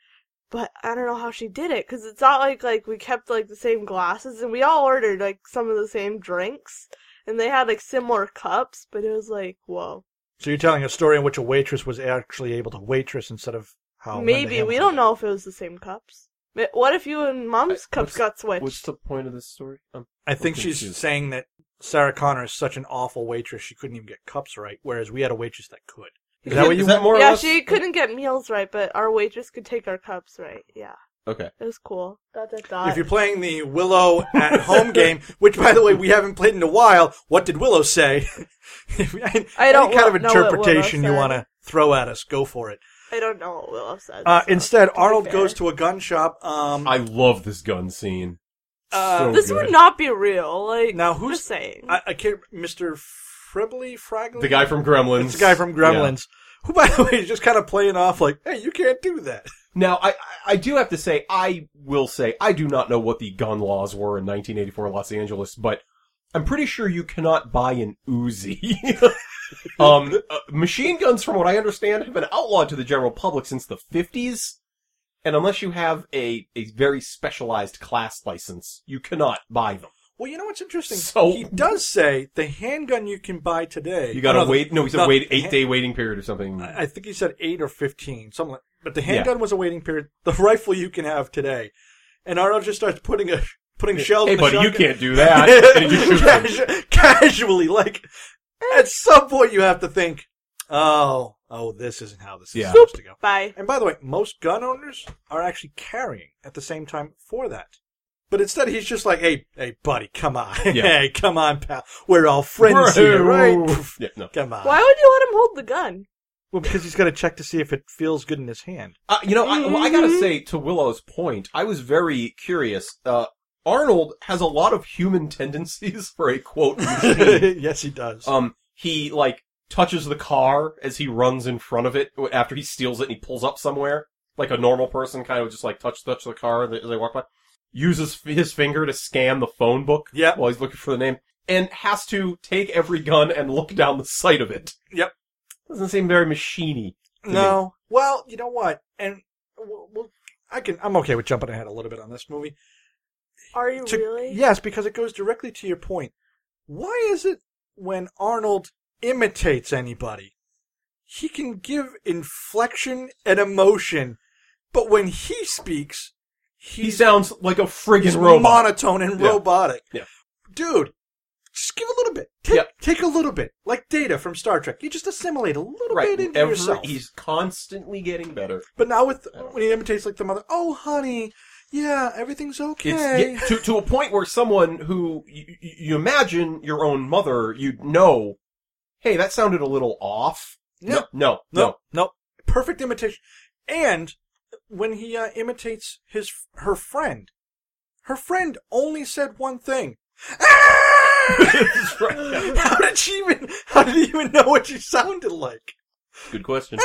S7: But I don't know how she did it because it's not like like we kept like the same glasses and we all ordered like some of the same drinks and they had like similar cups, but it was like whoa.
S5: So you're telling a story in which a waitress was actually able to waitress instead of how Linda
S7: Maybe we
S5: Hamilton-
S7: don't know if it was the same cups. Ma- What if you and mom's
S6: I-
S7: cups
S6: what's-
S7: got switched?
S6: What's the point of this story? Um,
S5: I think
S6: I'm
S5: she's
S6: confused.
S5: saying that Sarah Connor is such an awful waitress she couldn't even get cups right, whereas we had a waitress that could. Is
S6: (laughs)
S5: that what you want?
S6: more or
S7: yeah,
S6: less-
S7: she couldn't get meals right, but our waitress could take our cups right. Yeah,
S6: Okay.
S7: it was cool. Dot dot dot.
S5: If you're playing the Willow at (laughs) home game, which by the way we haven't played in a while, what did Willow say? If-
S7: (laughs) I don't
S5: any kind of
S7: know what Willow
S5: interpretation you
S7: said.
S5: want to throw at us, go for it.
S7: I don't know what Willow said.
S5: Uh,
S7: so,
S5: instead,
S7: to be
S5: Arnold
S7: fair.
S5: goes to a gun shop. Um,
S6: I love this gun scene.
S5: uh,
S6: so
S7: This
S6: good.
S7: would not be real. Like
S5: Now, who's-
S7: just saying?
S5: I, I can't. Mr. Fribbly, Fragley,
S6: the guy from Gremlins.
S5: It's the guy from
S6: Yeah.
S5: Gremlins, who by the way is just kind of playing off like, "Hey, you can't do that."
S6: Now, I, I- I do have to say, I will say, I do not know what the gun laws were in 1984 Los Angeles, but I'm pretty sure you cannot buy an Uzi. (laughs) um, uh, machine guns, from what I understand, have been outlawed to the general public since the 50s. And unless you have a, a very specialized class license, you cannot buy them.
S5: Well, you know what's interesting?
S6: So-
S5: he does say the handgun you can buy today.
S6: You gotta
S5: Oh, no, the-
S6: wait, no, he said
S5: no,
S6: wait,
S5: the
S6: eight
S5: ha-
S6: day waiting period or something.
S5: I I think he said eight or fifteen, something. Like, but the
S6: Yeah.
S5: handgun was a waiting period. The rifle you can have today, and Arnold just starts putting a putting shells.
S6: hey
S5: in the
S6: buddy, you
S5: shotgun.
S6: can't
S5: (laughs)
S6: do that. and he just shoots him.
S5: Casu- casually, like at some point you have to think, oh, oh, this isn't how this is
S6: Yeah.
S5: supposed to go.
S7: Bye.
S5: And by the way, most gun owners are actually carrying at the same time for that. But instead, he's just like, "Hey, hey, buddy, come on, (laughs)
S6: Yeah.
S5: hey, come on, pal, we're all friends here, right? (laughs)
S6: Yeah, no.
S5: come on."
S7: Why would you let him hold the gun?
S5: Well, because he's got to check to see if it feels good in his (laughs) hand.
S6: Uh, you know, I, well, I gotta say, to Willow's point, I was very curious. Uh, Arnold has a lot of human tendencies for a quote (laughs) machine.
S5: yes, he does.
S6: um, he, like, touches the car as he runs in front of it after he steals it and he pulls up somewhere. Like a normal person kind of just, like, touch, touch the car as they walk by. Uses f- his finger to scan the phone book
S5: Yep.
S6: while he's looking for the name. And has to take every gun and look down the sight of it.
S5: Yep.
S6: Doesn't seem very machiney. to me.
S5: no, well, you know what? And well, well, I can. I'm okay with jumping ahead a little bit on this movie.
S7: Are you
S5: to-
S7: really?
S5: Yes, because it goes directly to your point. Why is it when Arnold imitates anybody, he can give inflection and emotion, but when he speaks,
S6: He
S5: he's,
S6: sounds like a friggin'
S5: he's
S6: robot.
S5: monotone and
S6: Yeah.
S5: robotic.
S6: Yeah.
S5: Dude, just give a little bit. Take,
S6: Yep.
S5: take a little bit. Like data from Star Trek. You just assimilate a little
S6: right.
S5: bit into
S6: every-
S5: yourself.
S6: He's constantly getting better.
S5: But now with
S6: I don't
S5: when he imitates like the mother, oh honey, yeah, everything's okay.
S6: It's yeah, to to a point where someone who you, you imagine your own mother, you'd know, hey, that sounded a little off.
S5: Yeah.
S6: no, no, (laughs)
S5: No, no, perfect imitation. And when he uh, imitates his her friend, her friend only said one thing. (laughs)
S6: That's right.
S5: how did she even? How did he even know what she sounded like?
S6: (laughs)
S5: (laughs)
S6: Good question.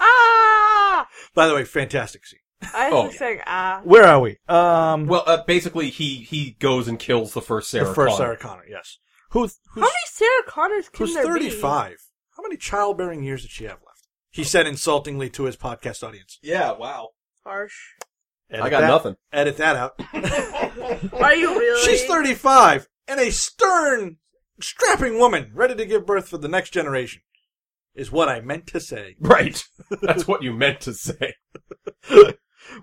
S7: Ah!
S5: By the way, fantastic scene.
S7: I
S6: Oh,
S7: was just saying ah.
S5: Where are we? Um,
S6: Well, uh, basically, he he goes and kills the first Sarah.
S5: the first
S6: Connor.
S5: Sarah Connor, yes. Who,
S7: How
S5: who's
S7: many Sarah Connors can
S5: who's
S7: there be?
S5: 35. How many childbearing years did she have left? He said insultingly to his podcast audience.
S6: Yeah, wow.
S7: Harsh.
S6: I got
S5: that-
S6: nothing. (laughs)
S5: Edit that out.
S7: Are you really?
S5: (laughs) She's 35 and a stern, strapping woman ready to give birth for the next generation, is what I meant to say. (laughs)
S6: Right. That's what you meant to say.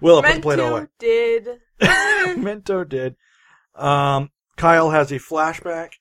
S5: Will, I put the plate away. (laughs)
S7: Mento did.
S5: Mento did. Um, Kyle has a flashback.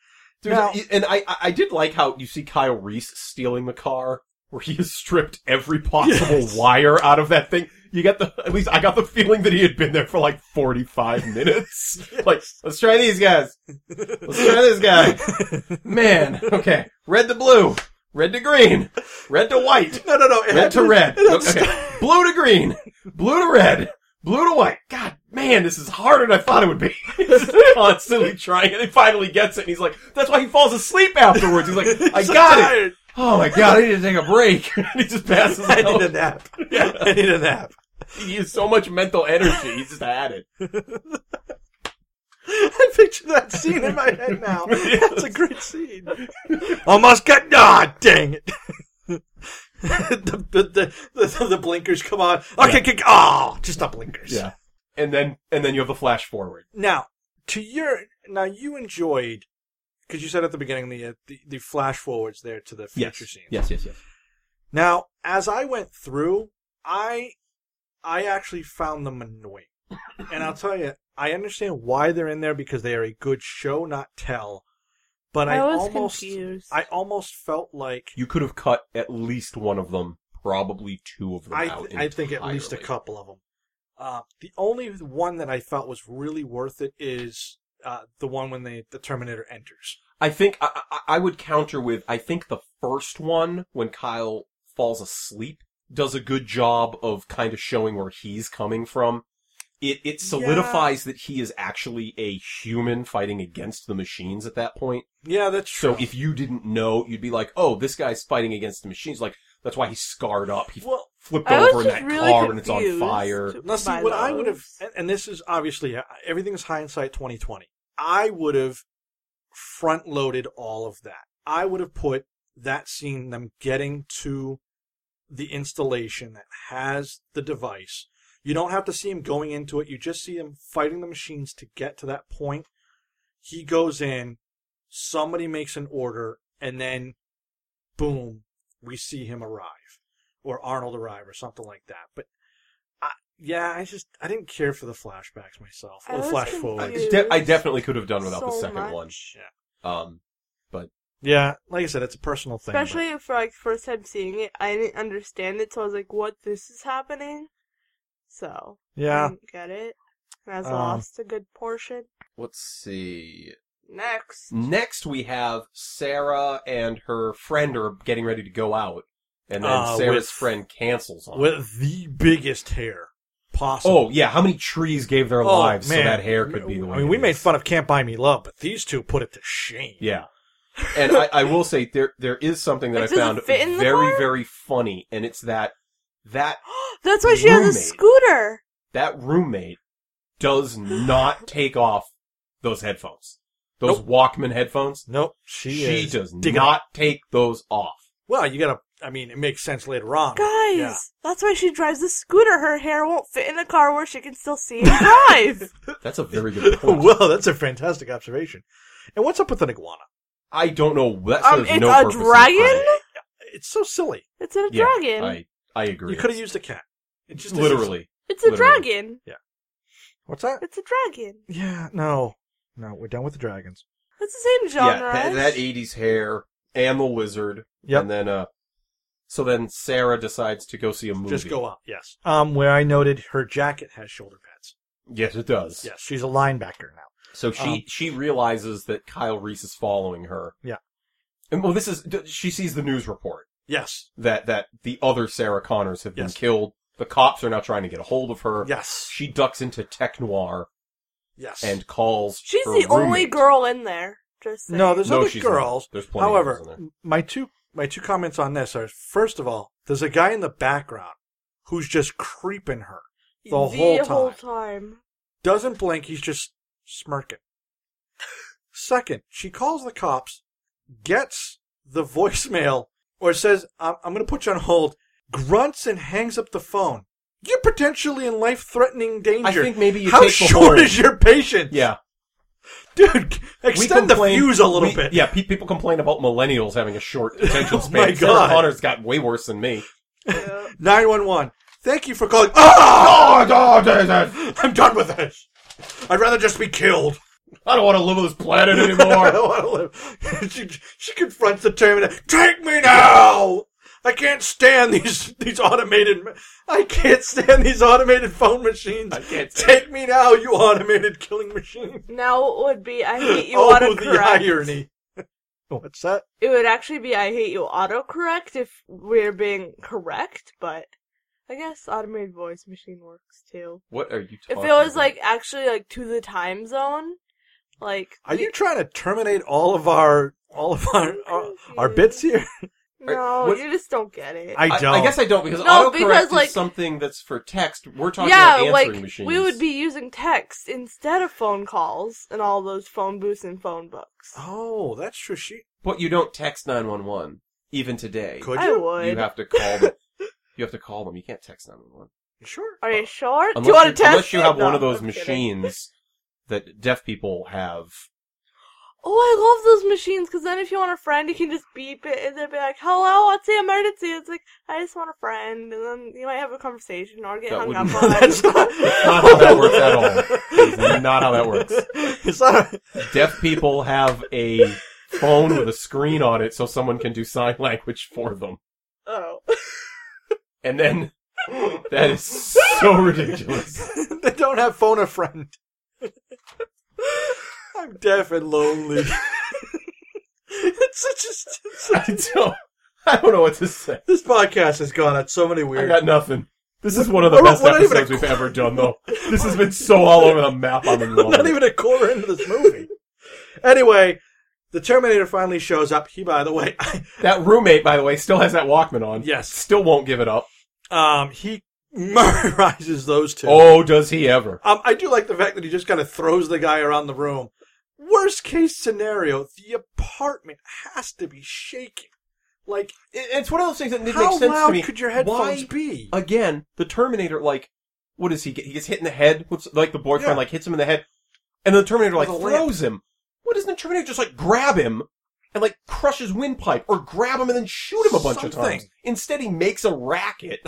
S6: Dude,
S5: Now-
S6: I- and I, I- I did like how you see Kyle Reese stealing the car, where he has stripped every possible
S5: Yes.
S6: wire out of that thing. You got the, at least I got the feeling that he had been there for like
S5: (laughs)
S6: 45 minutes. Like, let's try these guys. Let's try
S5: (laughs)
S6: this guy. Man, okay. Red to blue. Red to green. Red to white.
S5: (laughs) No, no, no. it
S6: Red
S5: had
S6: to
S5: (laughs)
S6: red.
S5: it had to
S6: Okay. Blue to green. Blue to red. Blue to white. God, man, this is harder than I thought it would be. (laughs) He's constantly trying, and he finally gets it, and he's like, that's why he falls asleep afterwards. He's like, I
S5: so
S6: got it.
S5: tired.
S6: Oh my god, I need to take a break. (laughs) and he just passes
S5: (laughs) I need a
S6: out.
S5: nap.
S6: Yeah.
S5: I need a nap.
S6: He has so much mental energy, he's just had it.
S5: I picture that scene in my head (laughs) now.
S6: Yes.
S5: That's a great scene. Almost got. Ah, dang it. (laughs) the, the, the, the, the blinkers come on. Okay, okay, oh, just the blinkers.
S6: (laughs) Yeah. And then, and then you have the flash forward.
S5: Now, to your now, you enjoyed because you said at the beginning the, uh, the the flash forwards there to the future scene.
S6: Yes, yes, yes.
S5: Now, as I went through, I I actually found them annoying, and I'll tell you, I understand why they're in there because they are a good show, not tell. But I,
S7: I was
S5: almost
S7: confused.
S5: I almost felt like
S6: You could have cut at least one of them, probably two of them
S5: I
S6: out.
S5: I think at least a
S6: entirely.
S5: couple of them. Uh, the only one that I felt was really worth it is uh, the one when they, the Terminator enters.
S6: I think I, I, I would counter with I think the first one when Kyle falls asleep does a good job of kind of showing where he's coming from. It it solidifies that he is actually a human fighting against the machines at that point.
S5: Yeah, that's true.
S6: So if you didn't know, you'd be like, "Oh, this guy's fighting against the machines." Like that's why he's scarred up. He
S5: Well,
S6: flipped
S7: I
S6: over
S7: was
S6: in
S7: just
S6: that
S7: really
S6: car and
S7: confused.
S6: it's on fire.
S5: Now, see,
S7: by
S5: what I would have,
S7: those.
S5: and, and this is obviously uh, everything's hindsight 2020. I would have front loaded all of that. I would have put that scene, them getting to the installation that has the device. You don't have to see him going into it. You just see him fighting the machines to get to that point. He goes in, somebody makes an order, and then boom, we see him arrive or Arnold arrive or something like that. But I, yeah, I just I didn't care for the flashbacks myself
S7: I
S5: or
S7: was
S5: flash
S7: confused.
S6: I,
S5: forwards.
S6: de- I definitely could have done without the
S7: So
S6: second
S7: much.
S6: one.
S5: Yeah.
S6: Um,
S5: Yeah, like I said, it's a personal thing. but-
S7: Especially for like first time seeing it, I didn't understand it, so I was like, "What? This is happening?" So I
S5: yeah,
S7: didn't get it. And I was
S5: Um,
S7: lost a good portion.
S6: let's see.
S7: Next,
S6: Next, we have Sarah and her friend are getting ready to go out, and then
S5: Uh,
S6: Sarah's
S5: with-
S6: friend cancels on. them.
S5: with the biggest hair possible. Oh,
S6: oh yeah, how many trees gave their lives so that hair could be the way?
S5: I mean, we
S6: it
S5: made
S6: is.
S5: fun of "Can't Buy Me Love," but these two put it to shame. (laughs)
S6: Yeah, and I, I will say there there is something that
S7: Like,
S6: I
S7: does it
S6: found
S7: fit in the
S6: very
S7: car?
S6: very funny, and it's that that
S7: that's why she has a
S6: Roommate.
S7: scooter.
S6: that roommate
S5: (gasps)
S6: does not take off those headphones, those
S5: Nope.
S6: Walkman headphones.
S5: Nope, she
S6: she
S5: is
S6: does
S5: digging
S6: not take those off.
S5: it. Well, you gotta. I mean, it makes sense later on.
S7: Guys,
S5: Yeah.
S7: that's why she drives a scooter. Her hair won't fit in a car where she can still see and drive.
S6: (laughs) That's a
S5: (laughs)
S6: very good point.
S5: well, that's a fantastic observation. And what's up with an iguana?
S6: I don't know. That
S7: Um,
S6: serves
S7: it's
S6: no
S7: a
S6: purpose in
S7: dragon?
S6: credit.
S5: It's so silly.
S7: It's a
S6: Yeah,
S7: dragon.
S6: I I agree.
S5: You could have used a cat. It just isn't-
S6: literally.
S7: It's a
S6: Literally.
S7: dragon.
S5: What's that?
S7: It's a dragon.
S5: Yeah, no, no. We're done with the dragons.
S7: It's the same genre.
S6: Yeah, that, that 80s hair and the lizard.
S5: Yep.
S6: And then, uh, so then Sarah decides to go see a movie.
S5: Just go up. Yes. Um, where I noted her jacket has shoulder pads.
S6: Yes, it does.
S5: Yes, she's a linebacker now.
S6: So she,
S5: Um,
S6: she realizes that Kyle Reese is following her.
S5: Yeah.
S6: And well, this is, d- she sees the news report
S5: Yes.
S6: that, that the other Sarah Connors have been
S5: Yes.
S6: killed. The cops are now trying to get a hold of her.
S5: Yes.
S6: She ducks into Tech Noir
S5: Yes.
S6: and calls
S7: She's
S6: her
S7: the only
S6: roommate.
S7: girl in there. Just saying.
S5: no, there's
S6: No,
S5: other
S6: she's not.
S5: girls.
S6: There's plenty of
S5: However,
S6: girls in
S5: my two my two comments on this are: first of all, there's a guy in the background who's just creeping her the, whole time.
S7: whole time.
S5: Doesn't blink. He's just smirking. Second, she calls the cops, gets the voicemail, or says, "I'm, I'm going to put you on hold." Grunts and hangs up the phone. You're potentially in life-threatening danger.
S6: I think maybe you
S5: How
S6: take the
S5: short
S6: whole-
S5: is your patience?
S6: Yeah.
S5: dude,
S6: We
S5: extend the
S6: complain-
S5: fuse a little
S6: we-
S5: bit.
S6: Yeah, pe- people complain about millennials having a short attention
S5: (laughs) Oh
S6: span.
S5: my God.
S6: Sarah Connor's got way worse than
S5: (laughs)
S6: me.
S7: Yeah.
S5: Nine one one. Thank you for calling. Ah! I'm done with this. I'd rather just be killed.
S6: I don't want to live on this
S5: (laughs)
S6: planet
S5: I
S6: anymore.
S5: don't want to live. (laughs) she, she confronts the Terminator. Take me now! I can't stand these these automated. ma- I can't stand these automated phone machines.
S6: I (laughs) can't stand
S5: take me now, you automated killing machine.
S7: Now it would be
S5: (laughs)
S7: I hate you
S5: oh, the
S7: autocorrect.
S5: irony! (laughs) What's that?
S7: It would actually be I hate you autocorrect if we're being correct, but I guess automated voice machine works too.
S6: what are you
S7: If it
S6: talking
S7: was
S6: about?
S7: like actually like to the time zone, like
S5: Are you trying to terminate all of our all (laughs) of our our, our bits here?
S7: no,
S5: what-
S7: you just don't get it.
S5: I
S6: I,
S5: don't.
S6: I guess I don't because
S7: No,
S6: autocorrect
S7: because, like-
S6: is something that's for text. We're talking
S7: yeah,
S6: about answering
S7: like
S6: machines.
S7: we would be using text instead of phone calls and all those phone booths and phone books.
S5: Oh, that's true. She
S6: But you don't text nine one one even today.
S5: could
S7: I
S5: you?
S7: would.
S6: you have to call them. You have to call them. You can't text nine one one.
S5: Sure. (laughs)
S7: Are you sure? (laughs) Do you
S6: Unless
S7: want to
S6: you,
S7: test?
S6: unless you
S7: it?
S6: have
S7: No,
S6: one of those
S7: I'm kidding.
S6: machines that deaf people have.
S7: Oh, I love those machines because then if you want a friend, you can just beep it and they'll be like, "Hello, what's the emergency?" It's like I just want a friend, and then you might have a conversation or get
S6: That
S7: hung up
S6: wouldn't- (laughs)
S7: on. (laughs)
S5: That's not,
S6: Not how that works
S5: (laughs)
S6: at all. It's not how that
S7: (laughs)
S6: works.
S5: It's not. A,
S6: deaf people have a phone with a screen on it so someone can do sign language for them.
S7: Oh,
S6: And then that is (laughs) so ridiculous.
S5: (laughs) they don't have phone a
S6: (laughs)
S5: friend. I'm deaf and lonely. (laughs) it's such a. st-
S6: I don't I don't know what to say.
S5: This podcast has gone on so many (laughs)
S6: I
S5: weird.
S6: got nothing. This is one of the
S5: We're-
S6: best
S5: we're not even
S6: episodes
S5: a-
S6: we've ever done though. This has been so all over the map I'm in love
S5: not
S6: with.
S5: even a quarter into this movie. anyway, the Terminator finally shows up. He, by the way, (laughs)
S6: That roommate, by the way, still has that Walkman on.
S5: Yes.
S6: Still won't give it up.
S5: um, he murderizes those two.
S6: Oh, does he ever.
S5: Um, I do like the fact that he just kind of throws the guy around the room. Worst case scenario, the apartment has to be shaking. Like,
S6: It- It's one of those things that makes
S5: how
S6: sense to
S5: loud
S6: me.
S5: could your
S6: Why
S5: headphones be?
S6: again, the Terminator, like, what does he get? He gets hit in the head. What's like the boyfriend
S5: Yeah.
S6: like hits him in the head, and the Terminator like
S5: With a
S6: throws
S5: lamp.
S6: him. What doesn't the Terminator just like grab him and like crush his windpipe or grab him and then shoot him a bunch of
S5: Something.
S6: times? Instead, he makes a (laughs) racket.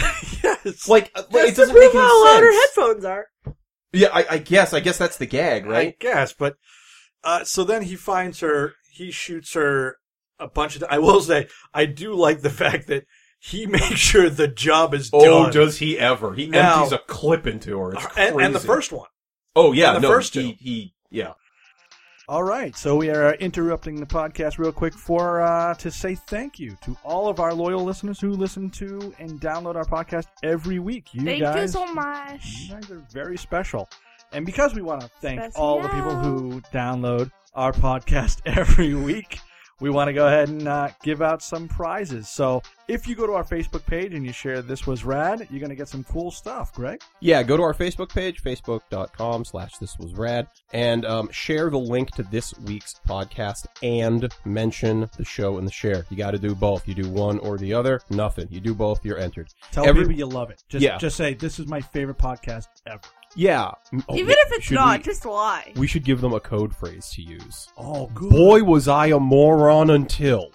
S5: yes.
S6: Like, uh, like, it
S7: Just to
S6: doesn't make
S7: prove
S6: any
S7: how loud her
S6: sense.
S7: headphones are.
S6: Yeah, I, I guess. I guess that's the gag,
S5: I
S6: right?
S5: guess, but uh, so then he finds her. He shoots her a bunch of. I will say, I do like the fact that he (laughs) makes sure the job is
S6: Oh,
S5: done.
S6: does he ever? He
S5: Now-
S6: empties a clip into her. It's
S5: and, and the
S6: crazy.
S5: first one.
S6: Oh yeah,
S5: and the
S6: no,
S5: first
S6: he,
S5: two.
S6: he yeah.
S8: All right, so we are interrupting the podcast real quick for uh, to say thank you to all of our loyal listeners who listen to and download our podcast every week. You
S7: Thank
S8: guys,
S7: you so much.
S8: you guys are very special, and because we want to thank
S7: Yes,
S8: all
S7: we
S8: the people
S7: are.
S8: who download our podcast (laughs) every week, we want to go ahead and uh, give out some prizes. So if you go to our Facebook page and you share this was rad, you're gonna get some cool stuff, Greg.
S6: Yeah, go to our Facebook page, facebook.com slash this was rad, and um, share the link to this week's podcast and mention the show in the share. You got to do both. You do one or the other, nothing. You do both, you're entered.
S8: Tell
S6: Every-
S8: people you love it. Just
S6: Yeah.
S8: just say this is my favorite podcast ever.
S6: Yeah. Oh,
S7: Even if it's
S6: should
S7: not,
S6: we,
S7: just lie.
S6: we should give them a code phrase to use.
S8: Oh, good.
S6: Boy, was (laughs) I a moron until.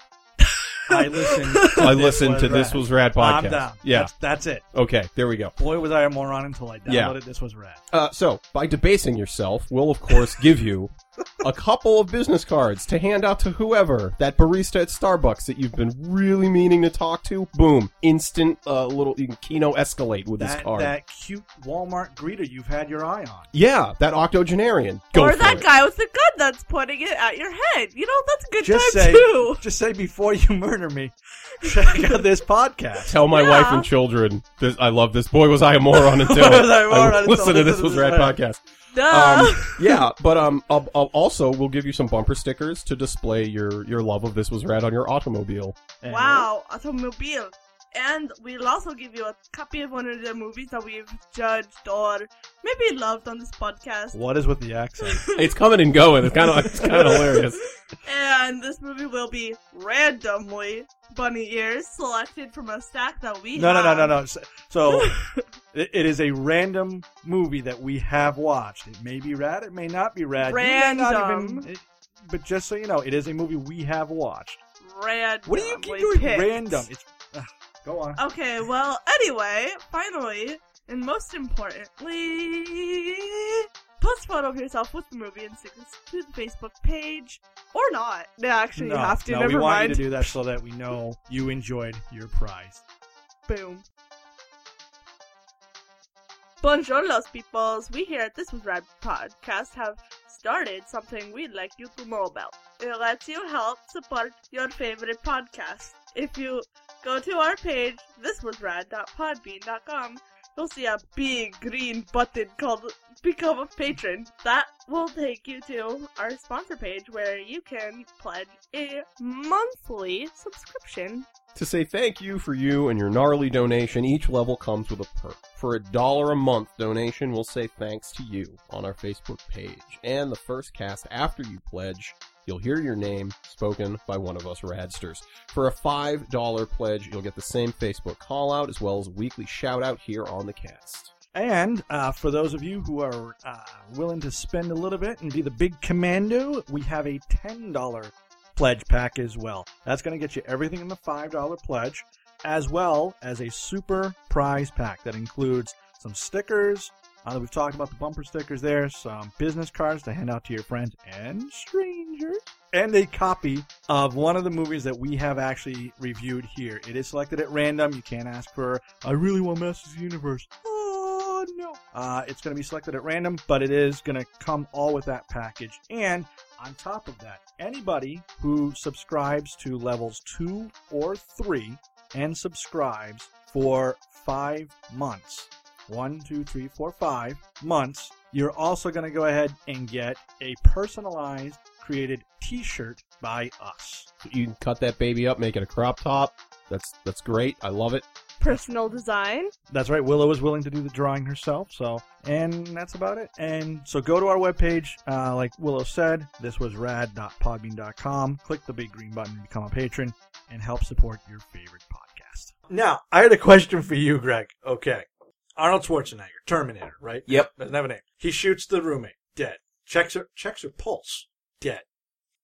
S5: I
S8: (laughs)
S5: listened. To
S6: I
S5: This
S6: listened
S5: Was
S6: to This
S5: Rad.
S6: Was Rad podcast.
S5: I'm down.
S6: Yeah.
S5: that's, that's it.
S6: Okay, there we go.
S5: Boy, was I a moron until I downloaded
S6: Yeah.
S5: This Was Rad.
S6: Uh, so, by debasing yourself, we'll of course give you a couple of business cards to hand out to whoever that barista at Starbucks that you've been really meaning to talk to. Boom! Instant uh, little you can kino escalate with this
S5: That,
S6: card.
S5: that cute Walmart greeter you've had your eye on.
S6: Yeah, that octogenarian. Go
S7: or
S6: for
S7: that
S6: it.
S7: guy with the gun that's pointing it at your head. You know, that's a (laughs) good
S5: Just
S7: time
S5: say,
S7: too.
S5: just say before you (laughs) murder me, check out this podcast.
S6: Tell my
S7: Yeah.
S6: wife and children. This, I love this. Boy, was I a
S5: (laughs)
S6: moron until
S5: Boy, was I a moron until
S6: listen to
S5: this
S6: this was
S5: was
S6: rad
S5: rad.
S6: podcast.
S7: Duh.
S6: um, yeah, but um, I'll, I'll also we'll give you some bumper stickers to display your your love of this was rad on your automobile.
S5: And-
S7: (laughs) wow, automobile. And we'll also give you a copy of one of the movies that we've judged or maybe loved on this podcast.
S5: What is with the
S7: (laughs)
S5: accent?
S6: It's coming and going. It's kind of it's (laughs) kind of hilarious.
S7: And this movie will be randomly bunny ears selected from a stack that we
S5: No, no,
S7: have.
S5: no, no, no. So,
S7: (laughs)
S5: so it, it is a random movie that we have watched. It may be rad. It may not be rad. You may not
S7: Random.
S5: even- it- but just so you know, it is a movie we have watched.
S7: Randomly
S5: What do you keep doing?
S7: picked.
S5: Random. It's, ugh, go on.
S7: Okay, well, anyway, finally, and most importantly, post a photo of yourself with the movie and stick this to the Facebook page. Or not. Yeah, actually,
S5: no,
S7: you have to.
S5: no,
S7: never
S5: we want
S7: mind.
S5: you to do that so that we know you enjoyed your prize.
S7: Boom. Buongiorno, peoples. We here at This Was Rad podcast have started something we'd like you to know about. It lets you help support your favorite podcast. If you go to our page, thiswasrad.podbean.com, you'll see a big green button called Become a Patron. That will take you to our sponsor page where you can pledge a monthly subscription
S6: To say thank you for you and your gnarly donation, each level comes with a perk. For a dollar a month donation, we'll say thanks to you on our Facebook page. And the first cast after you pledge, you'll hear your name spoken by one of us radsters. For a $5 pledge, you'll get the same Facebook call out as well as a weekly shout out here on the cast.
S5: And uh, for those of you who are uh, willing to spend a little bit and be the big commando, we have a $10 pledge pack as well. That's going to get you everything in the $5 pledge, as well as a super prize pack that includes some stickers. Uh, we've talked about the bumper stickers there, some business cards to hand out to your friends and strangers, and a copy of one of the movies that we have actually reviewed here. It is selected at random. You can't ask for, I really want Masters of the Universe. Oh, no. Uh, it's going to be selected at random, but it is going to come all with that package. And on top of that, anybody who subscribes to levels two or three and subscribes for five months, one, two, three, four, five months, you're also going to go ahead and get a personalized created t-shirt by us.
S6: You can cut that baby up, make it a crop top. That's that's great. I love it.
S7: personal design.
S5: That's right. Willow is willing to do the drawing herself. So, and that's about it. And so go to our webpage. Uh, like Willow said, this was rad.podbean.com. Click the big green button to become a patron and help support your favorite podcast.
S1: Now, I had a question for you, Greg. Okay. Arnold Schwarzenegger, Terminator, right?
S6: Yep.
S1: Doesn't have a name. He shoots the roommate, dead. Checks her, checks her pulse, dead.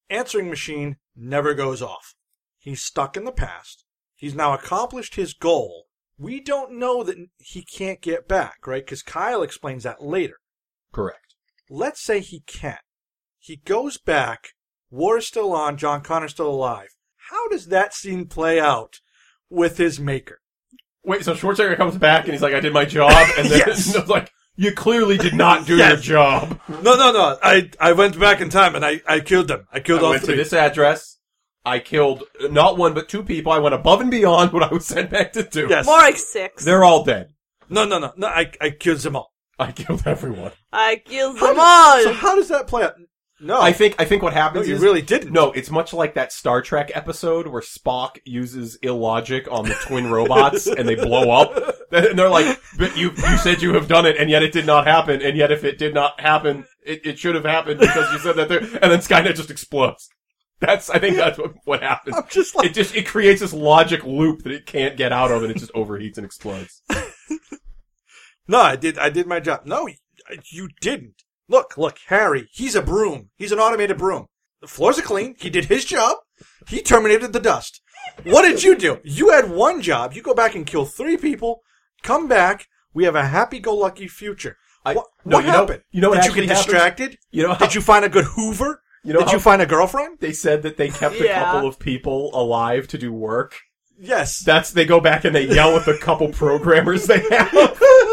S1: Answering machine never goes off. He's stuck in the past. He's now accomplished his goal. We don't know that he can't get back, right? Because Kyle explains that later.
S6: Correct.
S1: Let's say he can. He goes back. War is still on. John Connor's still alive. How does that scene play out with his maker?
S6: Wait, so Schwarzenegger comes back and he's like, "I did my job," and then
S1: Yes.
S6: (laughs) it's like, "You clearly did not do your
S1: Yes.
S6: job."
S1: No, no, no. I, I went back in time and I, I killed them. I killed
S6: I
S1: all
S6: went
S1: three.
S6: to this address. I killed not one but two people. I went above and beyond what I was (laughs) sent back to do.
S1: Yes.
S7: More like 6
S6: they're all dead.
S1: No, no, no, no. I, I killed them all.
S6: I killed everyone.
S7: I killed
S1: How
S7: them
S1: do-
S7: all.
S1: So how does that play out? No,
S6: I think. I think what
S1: Oh. no,
S6: happens
S1: you
S6: is
S1: really didn't.
S6: no. It's much like that Star Trek episode where Spock uses illogic on the twin robots and they
S1: (laughs)
S6: blow up. And they're like, "But you, you said you have done it, and yet it did not happen. And yet, if it did not happen, it, it should have happened because you said that." There. And then Skynet just explodes. That's. I think that's what, what happens.
S1: I'm just like
S6: It just it creates this logic loop that it can't get out of, and it just overheats
S1: (laughs)
S6: and explodes.
S1: no. I did. I did my job. No, you didn't. Look, look, Harry. He's a broom. He's an automated broom. The floors are clean. He did his job. He terminated the dust.
S5: What did you do? You had one job. You go back and kill three people. Come back. We have a happy-go-lucky future.
S6: I-
S5: what
S6: no,
S5: what
S6: you know-
S5: happened?
S6: you know what
S5: did you
S6: actually
S5: get
S6: happened?
S1: (laughs)
S5: distracted?
S6: You know how-
S5: did you find a good Hoover?
S6: You know
S5: did
S6: how-
S5: you find a girlfriend?
S6: They said that they kept a
S7: Yeah.
S6: couple of people alive to do work.
S1: (laughs)
S5: Yes.
S6: That's they go back and they yell at the couple programmers they have,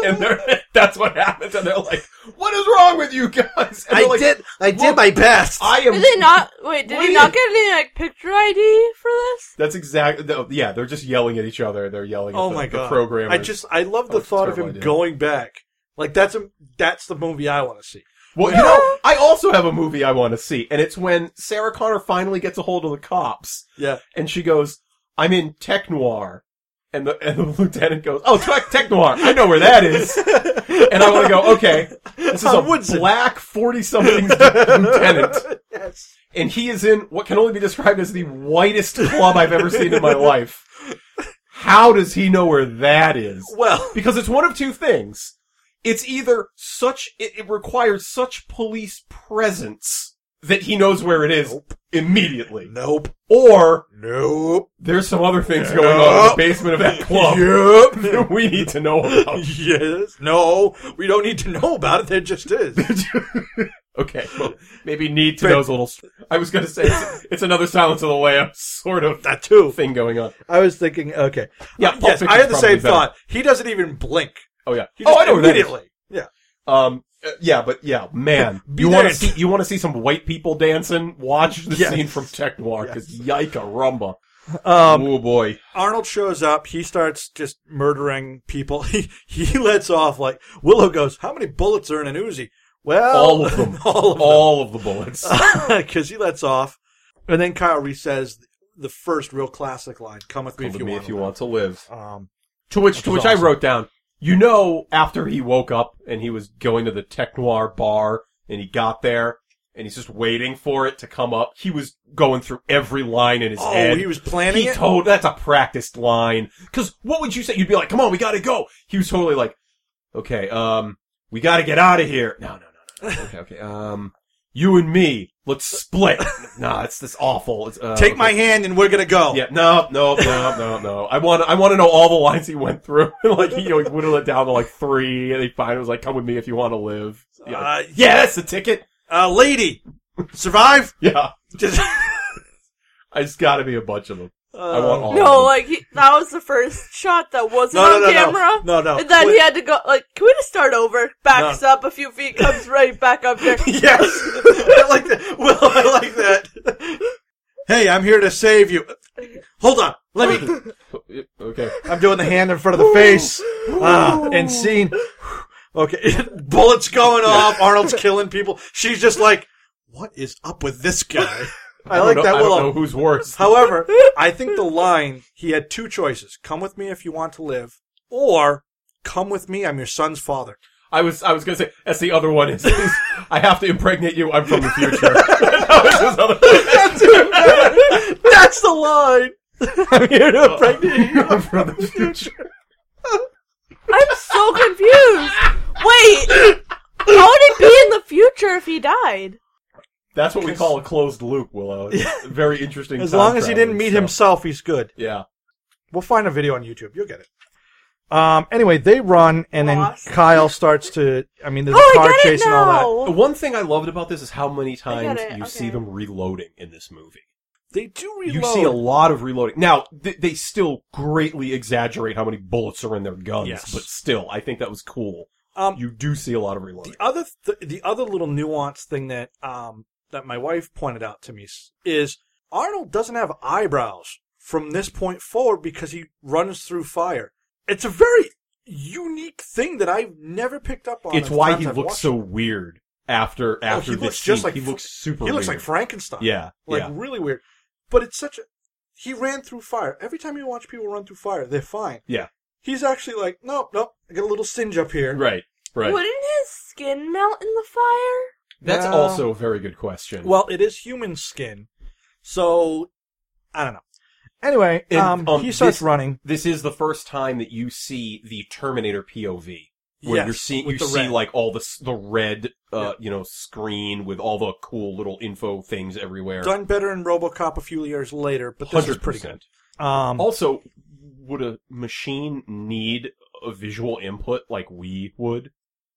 S6: and they're, (laughs) that's what happens. And they're like, "What is wrong with you guys?" And they're like,
S5: I
S6: "Look,
S5: best.
S6: I am.
S7: Did they not? Wait, did
S6: What
S7: he
S6: do you-
S7: not get any like picture ID for this?
S6: That's exactly. no, Yeah, they're just yelling at each other. They're yelling.
S5: oh
S6: at the,
S5: my
S6: The
S5: god.
S6: programmers.
S5: I just I love
S6: Oh,
S5: the
S6: it's a
S5: thought of him
S6: terrible idea.
S5: going back. Like that's a that's the movie I want to
S6: (laughs)
S5: see.
S6: Well, you know, I also have a movie I want to see, and it's when Sarah Connor finally gets a hold of the cops,
S5: Yeah.
S6: and she goes, "I'm in tech noir," and the and the (laughs) lieutenant goes, "Oh, tech, tech noir, I know where
S5: (laughs)
S6: that is," and I want to go, "Okay, this is a
S5: Tom Woodson.
S6: black forty something lieutenant,
S5: (laughs) Yes.
S6: and he is in what can only be described as the whitest club I've ever seen in my life." How does he know where that is?
S5: Well,
S6: because it's one of two things. It's either such it, it requires such police presence that he knows where it is immediately,
S5: nope.
S6: or
S5: Nope.
S6: there's some other things going on in the
S5: Yup.
S6: basement of that club (laughs) that
S5: Yep.
S6: we need to know about.
S5: yes. No, we don't need to know about it. There just is.
S6: (laughs) okay, well, maybe need to know's a little. str- I was going to say it's, it's another Silence of the Lambs sort of
S5: that too.
S6: thing going on.
S5: I was thinking. Okay.
S6: Yeah, Pulp
S5: Uh, yes, I
S6: Fiction's
S5: had the same
S6: probably better.
S5: thought. He doesn't even blink.
S6: Oh yeah.
S5: He
S6: Oh,
S5: just
S6: I know where that is.
S5: immediately. Yeah.
S6: Um, uh, yeah, but yeah, man,
S5: (laughs) Be
S6: you want to
S5: there.
S6: see you want to see some white people dancing? Watch the
S5: Yes.
S6: scene from Tech Noir because yika rumba.
S5: Um,
S6: oh boy,
S5: Arnold shows up. He starts just murdering people. (laughs) He he lets off like Willow goes. How many bullets are in an Uzi? Well,
S6: all of them,
S5: uh, (laughs) all of them. Uh,
S6: all of the bullets.
S5: (laughs) because he lets off, and then Kyle Reese says the first real classic line: "Come with me,
S6: Come
S5: if,
S6: with
S5: you
S6: me
S5: want
S6: if you want to live.
S5: Um,
S6: To which,
S5: Which
S6: to
S5: is
S6: which I
S5: awesome.
S6: wrote down. You know, after he woke up and he was going to the Tech Noir bar, and he got there, and he's just waiting for it to come up. He was going through every line in his
S5: oh,
S6: head.
S5: he was planning
S6: he
S5: it.
S6: told that's a practiced line. Because what would you say? You'd be like, "Come on, we gotta go." He was totally like, "Okay, um, we gotta get out of here." No, no,
S5: (laughs)
S6: no, no, no. Okay, okay. Um, you and me, let's split. nah, it's this awful. It's, uh,
S5: Take
S6: okay.
S5: my hand, and we're gonna go.
S6: Yeah, no, no, no, no, no. I want, I want to know all the lines he went through. (laughs) like he like, whittled it down to like three, and he finally was like, "Come with me if you want to live." Yeah,
S5: Uh,
S6: like, yeah, that's the ticket.
S5: uh, lady, survive.
S6: (laughs) Yeah,
S5: Just- Uh,
S6: I just got to be a bunch of them. I want all.
S7: No,
S6: of them.
S7: like he, that was the first shot that wasn't
S5: no, no,
S7: on
S5: no,
S7: camera.
S5: no, no, no.
S7: And then
S5: Wait.
S7: he had to go. Like, can we just start over? Backs up a few feet, comes right back
S5: (laughs)
S7: up here.
S5: (laughs) Yes, I like that. Well, I like that. Hey, I'm here to save you. Hold on, let me.
S6: Okay.
S5: I'm doing the hand in front of the face. Ah, and scene. Okay, (laughs) bullets going off. Arnold's killing people. She's just like, what is up with this guy? (laughs) I,
S6: don't
S5: like
S6: know-
S5: that
S6: I don't know
S5: Willow.
S6: who's worse.
S5: However, I think the line he had two choices: "Come with me if you want to live," or "Come with me, I'm your son's father."
S6: I was I was gonna say that's the other one is, is, I have to impregnate you. I'm from the future. (laughs) That was
S5: (laughs)
S6: his other- (laughs)
S7: (laughs)
S5: That's the line. I'm here to impregnate you.
S6: I'm from the future.
S7: I'm so confused. Wait, how would it be in the future if he died?
S6: That's what we call a closed loop, Willow. It's Very interesting.
S5: As
S6: time
S5: long as he didn't
S6: traveling
S5: meet
S6: stuff.
S5: himself, he's good.
S6: Yeah.
S5: We'll find a video on YouTube. You'll get it. Um. Anyway, they run, and
S7: Lost.
S5: then Kyle starts to. I mean, there's
S7: Oh,
S5: a
S7: I
S5: car
S7: get
S5: chase
S7: it
S5: and all that.
S7: now.
S6: The one thing I loved about this is how many
S7: I
S6: times
S7: get it,
S6: you see
S7: okay.
S6: them reloading in this movie.
S5: They do
S6: You see a lot of reloading. Now, th- they still greatly exaggerate how many bullets are in their guns,
S5: Yes.
S6: but still, I think that was cool.
S5: um,
S6: You do see a lot of reloading.
S5: the other th- the other little nuance thing that um that my wife pointed out to me s- is Arnold doesn't have eyebrows from this point forward because he runs through fire. It's a very unique thing that I've never picked up on.
S6: it's
S5: in the
S6: why
S5: times
S6: he
S5: I've
S6: looks
S5: watched
S6: so
S5: it. Oh,
S6: weird after after
S5: he
S6: this
S5: looks just
S6: scene.
S5: like
S6: he
S5: Fr-
S6: looks super
S5: He looks like
S6: weird.
S5: Frankenstein.
S6: Yeah.
S5: like
S6: yeah.
S5: really weird. But it's such a he ran through fire. Every time you watch people run through fire, they're fine.
S6: Yeah.
S5: He's actually like, nope, nope. I got a little singe up here.
S6: Right. Right.
S7: Wouldn't his skin melt in the fire?
S6: That's
S5: No.
S6: also a very good question.
S5: Well, it is human skin, so I don't know. Anyway,
S6: And,
S5: um,
S6: um,
S5: he starts
S6: this-
S5: running.
S6: this is the first time that you see the Terminator POV, where
S5: Yes,
S6: you're seeing
S5: with
S6: you
S5: the
S6: see
S5: red.
S6: like all the s- the red, uh, you know, screen with all the cool little info things everywhere.
S5: Done better in RoboCop a few years later, but this is pretty good. Um,
S6: Also, would a machine need a visual input like we would?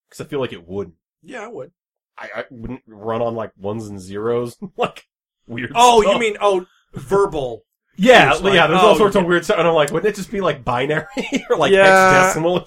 S6: Because I feel like it would.
S5: yeah, I would.
S6: I, I wouldn't run on like ones and zeros, (laughs) like weird.
S5: Oh,
S6: stuff.
S5: you mean oh, verbal?
S6: yeah,
S5: it's like,
S6: yeah. There's all
S5: oh,
S6: sorts of
S5: yeah.
S6: weird stuff, and I'm like, wouldn't it just be like binary (laughs) or like
S5: Yeah.
S6: hexadecimal or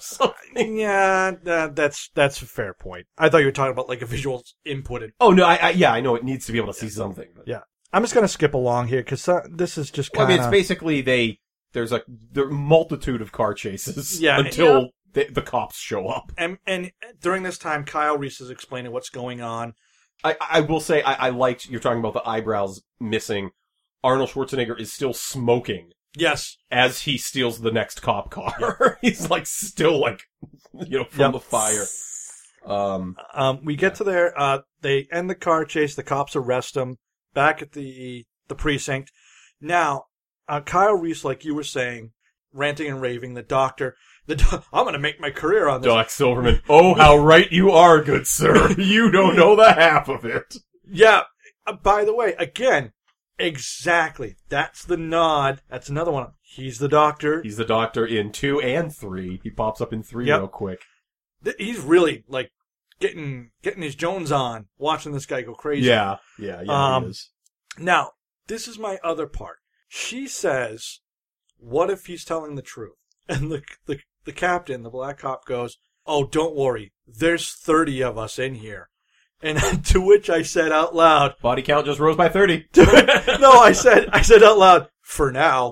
S5: (laughs)
S6: something?
S5: yeah, that, that's that's a fair point. I thought you were talking about like a visual input.
S6: Oh no, I, I yeah, I know it needs to be able to see something. But.
S5: I'm just gonna skip along here because this is just
S6: Well, I
S5: kind
S6: mean,
S5: of
S6: it's basically they there's a there are multitude of car (laughs) chases
S5: Yeah, I mean-
S6: until the, the cops show up.
S5: and and during this time, Kyle Reese is explaining what's going on.
S6: I, I will say I, I liked you're talking about the eyebrows missing. Arnold Schwarzenegger is still smoking
S5: Yes,
S6: as he steals the next cop car. (laughs) He's like still like you know
S5: Yep.
S6: from the fire. Um,
S5: um, we get to there. Uh, they end the car chase. The cops arrest him back at the the precinct. Now, uh, Kyle Reese, like you were saying, ranting and raving. The doctor, the doc- (laughs) I'm going to make my career on this.
S6: Doc Silverman. Oh, (laughs) how right you are, good sir. (laughs) You don't know the half of it.
S5: Yeah. Uh, by the way, again, exactly. That's the nod. That's another one. He's the doctor.
S6: He's the doctor in two and three. He pops up in three
S5: Yep.
S6: real quick.
S5: Th- He's really like getting getting his Jones on, watching this guy go crazy.
S6: Yeah, yeah, yeah.
S5: Um,
S6: he is.
S5: Now, this is my other part. She says, "What if he's telling the truth?" (laughs) And the the the captain, the black cop, goes, "Oh, don't worry. There's thirty of us in here." And (laughs) to which I said out loud,
S6: Body count just rose by (laughs) 30.
S5: (laughs) "No, I said I said out loud for now."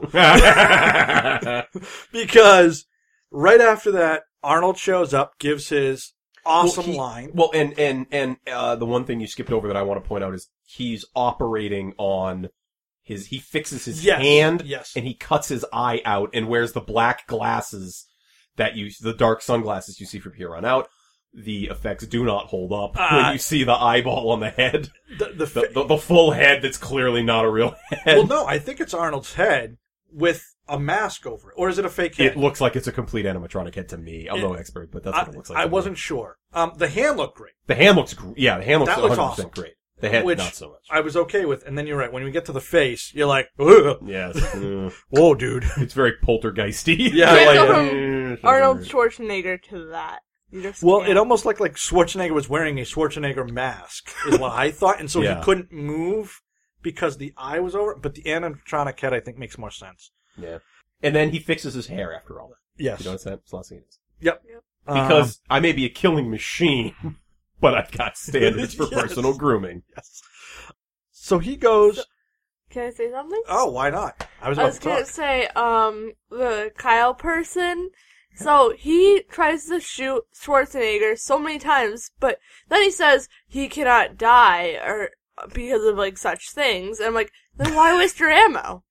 S5: because right after that, Arnold shows up, gives his awesome
S6: he-
S5: line.
S6: Well, and and and uh, the one thing you skipped over that I want to point out is he's operating on his. He fixes his
S5: Yes,
S6: hand,
S5: yes.
S6: and he cuts his eye out, and wears the black glasses that you, the dark sunglasses you see from here on out. The effects do not hold up
S5: Ah.
S6: when you see the eyeball on the head,
S5: The, the,
S6: the,
S5: fa-
S6: the, the full head that's clearly not a real head.
S5: well, no, I think it's Arnold's head with a mask over it, or is it a fake head?
S6: It looks like it's a complete animatronic head to me. I'm
S5: It-
S6: no expert, but that's
S5: I,
S6: what it looks like.
S5: I
S6: to me.
S5: wasn't sure. Um, the hand looked great.
S6: The hand looks, gr- yeah, the hand looks
S5: That looks
S6: 100%
S5: awesome.
S6: great. The head,
S5: Which-
S6: not so much.
S5: I was okay with, and then you're right. When we get to the face, you're like, "Ugh."
S6: Yes. Mm.
S5: "Whoa, dude!"
S6: it's very
S5: (laughs)
S6: poltergeisty.
S5: Yeah,
S7: Yeah,
S6: Like,
S7: so
S6: uh,
S7: from Arnold Schwarzenegger to that. You just
S5: Well,
S7: can't.
S5: it almost looked like Schwarzenegger was wearing a Schwarzenegger mask, is what I thought, and so
S6: Yeah.
S5: he couldn't move because the eye was over. But the animatronic head, I think, makes more sense.
S6: Yeah. And then he fixes his hair after all that.
S5: Yes,
S6: You notice that? It's last thing it is.
S5: Um,
S6: Because I may be a killing machine, (laughs) but I've
S5: (laughs)
S6: got standards for
S5: Yes.
S6: personal grooming.
S5: Um, yes. so he goes.
S7: Can I say something?
S5: Oh, why not? I was
S7: I
S5: about
S7: was
S5: to
S7: gonna
S5: talk.
S7: say, um, the Kyle person. So he tries to shoot Schwarzenegger so many times, but then he says he cannot die or because of like such things. And I'm like, then why waste your ammo?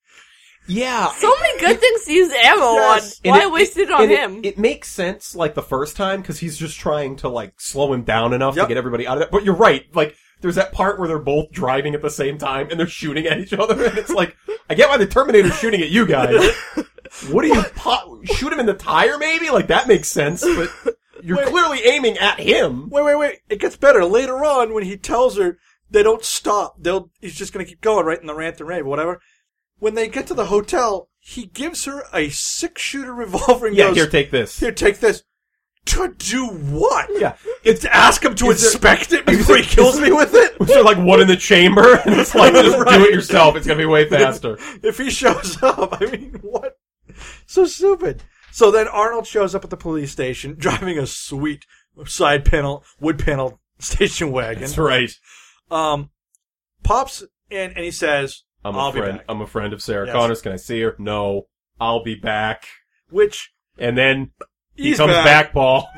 S6: Yeah.
S7: So
S5: (laughs)
S7: many good things to use ammo
S5: Yes,
S7: on. Why waste it on
S6: and
S7: him?
S6: It, makes sense, like, the first time, because he's just trying to, like, slow him down enough to
S5: Yep.
S6: get everybody out of that. But you're right. Like, there's that part where they're both driving at the same time and they're shooting at each other, and it's like, I get why the Terminator's shooting at
S5: (laughs)
S6: you guys. What do you po- shoot him in the tire? Maybe like that makes sense, but you're clearly aiming at him.
S5: Wait, wait, wait. It gets better later on when he tells her they don't stop. They'll he's just gonna keep going, right? In the rant and rave, or whatever. When they get to the hotel, he gives her a six shooter (laughs) revolver and
S6: Yeah,
S5: goes,
S6: here, take this.
S5: "Here, take this." To do what?
S6: Yeah, (laughs)
S5: It's to ask him to
S6: Is there-
S5: inspect it before he kills me with it.
S6: so like one in the chamber, and it's like just
S5: (laughs)
S6: do
S5: Right.
S6: it yourself. It's gonna
S5: (laughs)
S6: be way faster.
S5: if he shows up. I mean, what? So stupid. So then Arnold shows up at the police station (laughs) driving a sweet side panel, wood panel station wagon.
S6: That's right.
S5: Um, pops in and he says,
S6: I'm a
S5: I'll be
S6: friend.
S5: back.
S6: I'm a friend of Sarah
S5: Yes.
S6: Connors. Can I see her? No. I'll be back.
S5: which
S6: And then he
S5: he's
S6: comes
S5: (laughs)
S6: back, Paul.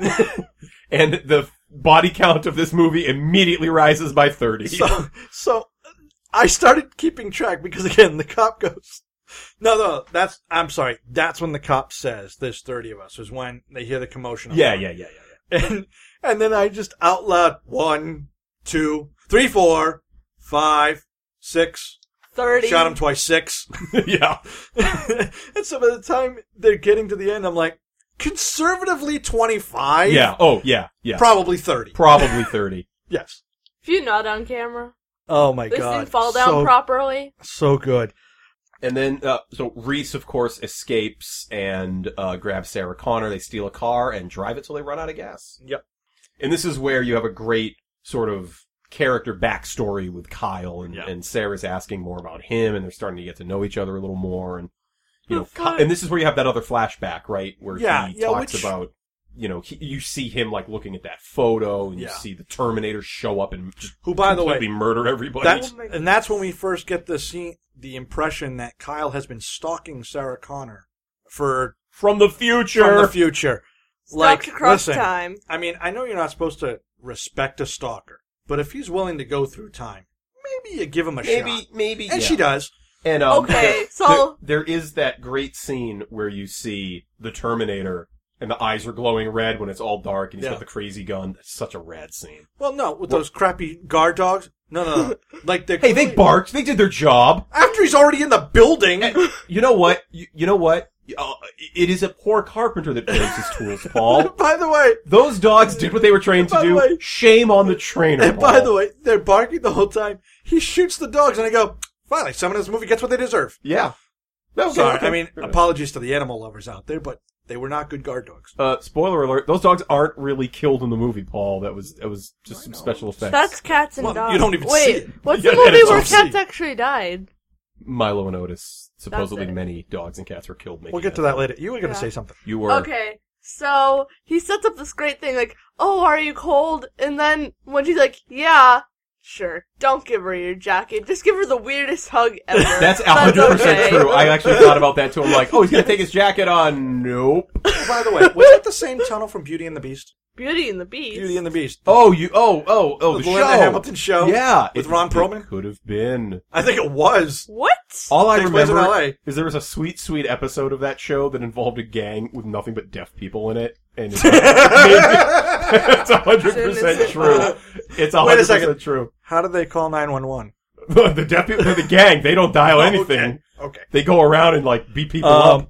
S6: (laughs) and the body count of this movie immediately rises by thirty.
S5: So, so I started keeping track because (laughs) again, the cop goes, no, no, that's, I'm sorry. That's when the cop says there's 30 of us is when they hear the commotion.
S6: yeah, yeah, yeah, yeah,
S5: (laughs)
S6: yeah.
S5: And, and then I just out loud, one, two, three, four, five, six,
S7: Thirty.
S5: shot him twice, six. (laughs)
S6: yeah.
S5: and so by the time they're getting to the end, I'm like, conservatively 25,
S6: Yeah. Oh, yeah. Yeah.
S5: probably 30.
S6: Probably 30.
S5: yes.
S7: if you not on camera,
S5: Oh my
S7: this
S5: god.
S7: didn't fall down
S5: so,
S7: properly.
S5: so good.
S6: And then, uh, so Reese, of course, escapes and uh, grabs Sarah Connor. They steal a car and drive it till they run out of gas.
S5: Yep.
S6: And this is where you have a great sort of character backstory with Kyle, and,
S5: Yeah.
S6: and Sarah's asking more about him, and they're starting to get to know each other a little more. And you know,
S7: Well,
S6: Ky-
S7: fun.
S6: and this is where you have that other flashback, right, where
S5: Yeah,
S6: he
S5: yeah,
S6: talks
S5: which-
S6: about. You know, he, you see him like looking at that photo, and you
S5: Yeah.
S6: see the Terminator show up and just
S5: Who, by the way,
S6: completely murder everybody.
S5: That's,
S7: Oh my
S5: and that's when we first get the scene, the impression that Kyle has been stalking Sarah Connor for
S6: from the future.
S5: from the future.
S7: Like, across
S5: listen,
S7: time.
S5: I mean, I know you're not supposed to respect a stalker, but if he's willing to go through time, maybe you give him a
S6: maybe,
S5: shot.
S6: maybe,
S5: And
S6: yeah.
S5: she does.
S6: And um,
S7: Okay,
S6: there-
S7: so-
S6: there, there is that great scene where you see the Terminator, and the eyes are glowing red when it's all dark, and he's
S5: Yeah.
S6: got the crazy gun. That's such a rad scene.
S5: Well, no, with those crappy guard dogs. No, no, no.
S6: (laughs)
S5: like they're
S6: Hey, they
S5: clearly-
S6: barked. They did their job.
S5: after he's already in the
S6: (laughs)
S5: building.
S6: You know what? You, you know what? Uh, it is a poor carpenter that breaks his tools,
S5: (laughs)
S6: Paul.
S5: by the way,
S6: Those dogs did what they were trained to
S5: By the
S6: do.
S5: way-
S6: Shame on the trainer.
S5: and by
S6: Paul.
S5: the way, they're barking the whole time. He shoots the dogs, and I go, finally, someone in this movie gets what they deserve.
S6: yeah. No, okay,
S5: Sorry,
S6: okay.
S5: I mean, apologies to the animal lovers out there, but they were not good guard dogs.
S6: Uh, spoiler alert: those dogs aren't really killed in the movie, Paul. That was that was just some special effects.
S7: That's cats and
S5: Well,
S7: dogs.
S5: you don't even
S7: Wait,
S5: see it.
S7: what's
S6: Yeah,
S7: the
S6: it's
S7: movie where
S6: all
S7: cats
S6: see.
S7: actually died?
S6: Milo and Otis. Supposedly,
S7: That's it.
S6: many dogs and cats were killed. Making
S5: We'll get to that later. You were going to
S7: Yeah.
S5: say something.
S6: You were
S7: Okay. So he sets up this great thing, like, "Oh, are you cold?" And then when she's like, "Yeah, sure," don't give her your jacket. Just give her the
S6: (laughs)
S7: weirdest hug ever.
S6: That's hundred percent
S7: okay.
S6: true. I actually thought about that too. I'm like, oh, he's gonna take his jacket on. Nope.
S5: Oh, by the way, was that the same tunnel from Beauty and the Beast?
S7: Beauty and the Beast.
S5: Beauty and the Beast.
S6: Oh, you. Oh, oh, oh. The,
S5: Linda
S6: show.
S5: Hamilton show.
S6: Yeah,
S5: with Ron Perlman? Oh,
S6: could have been.
S5: I think it was.
S7: what?
S6: All I
S5: Takes place in
S6: remember
S5: LA.
S6: is there was a sweet, sweet episode of that show that involved a gang with nothing but deaf people in it, and it's- it's hundred (laughs) percent
S7: Innocent.
S6: true.
S5: Wait
S6: It's
S5: a
S6: hundred
S5: second.
S6: percent true. (laughs)
S5: How did they call nine one one?
S6: the deaf people, the gang, they don't dial anything.
S5: Oh, Okay.
S6: They go around and like beat people up.
S5: Um,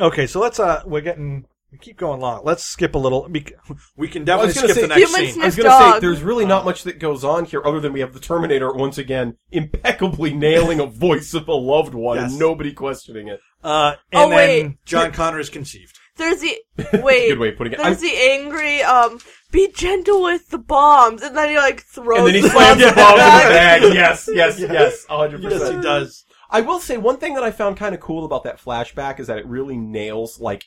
S5: okay, so let's. uh We're getting. We keep going long. Let's skip a little. bec- We can
S6: I
S5: definitely
S6: was gonna
S5: skip the
S6: say-
S5: next
S7: Human
S5: scene.
S6: I was
S7: Sniff
S6: going to say,
S7: dog.
S6: there's really not much that goes on here other than we have the Terminator once again impeccably nailing a voice of a loved one
S5: Yes.
S6: and nobody questioning it.
S5: Uh, and
S7: Oh,
S5: then
S7: wait.
S5: John Connor is conceived.
S6: (laughs)
S7: There's the
S6: Good
S7: wait.
S6: way of putting it. I'm-
S7: there's the angry. Um, be gentle with the bombs, and then he like throws.
S6: and then he
S7: the
S6: slams the
S7: bombs
S6: bomb in the
S7: back.
S6: bag. Yes,
S5: (laughs)
S6: yes, yes, 100%.
S5: Yes, he does.
S6: I will say one thing that I found kind of cool about that flashback is that it really nails like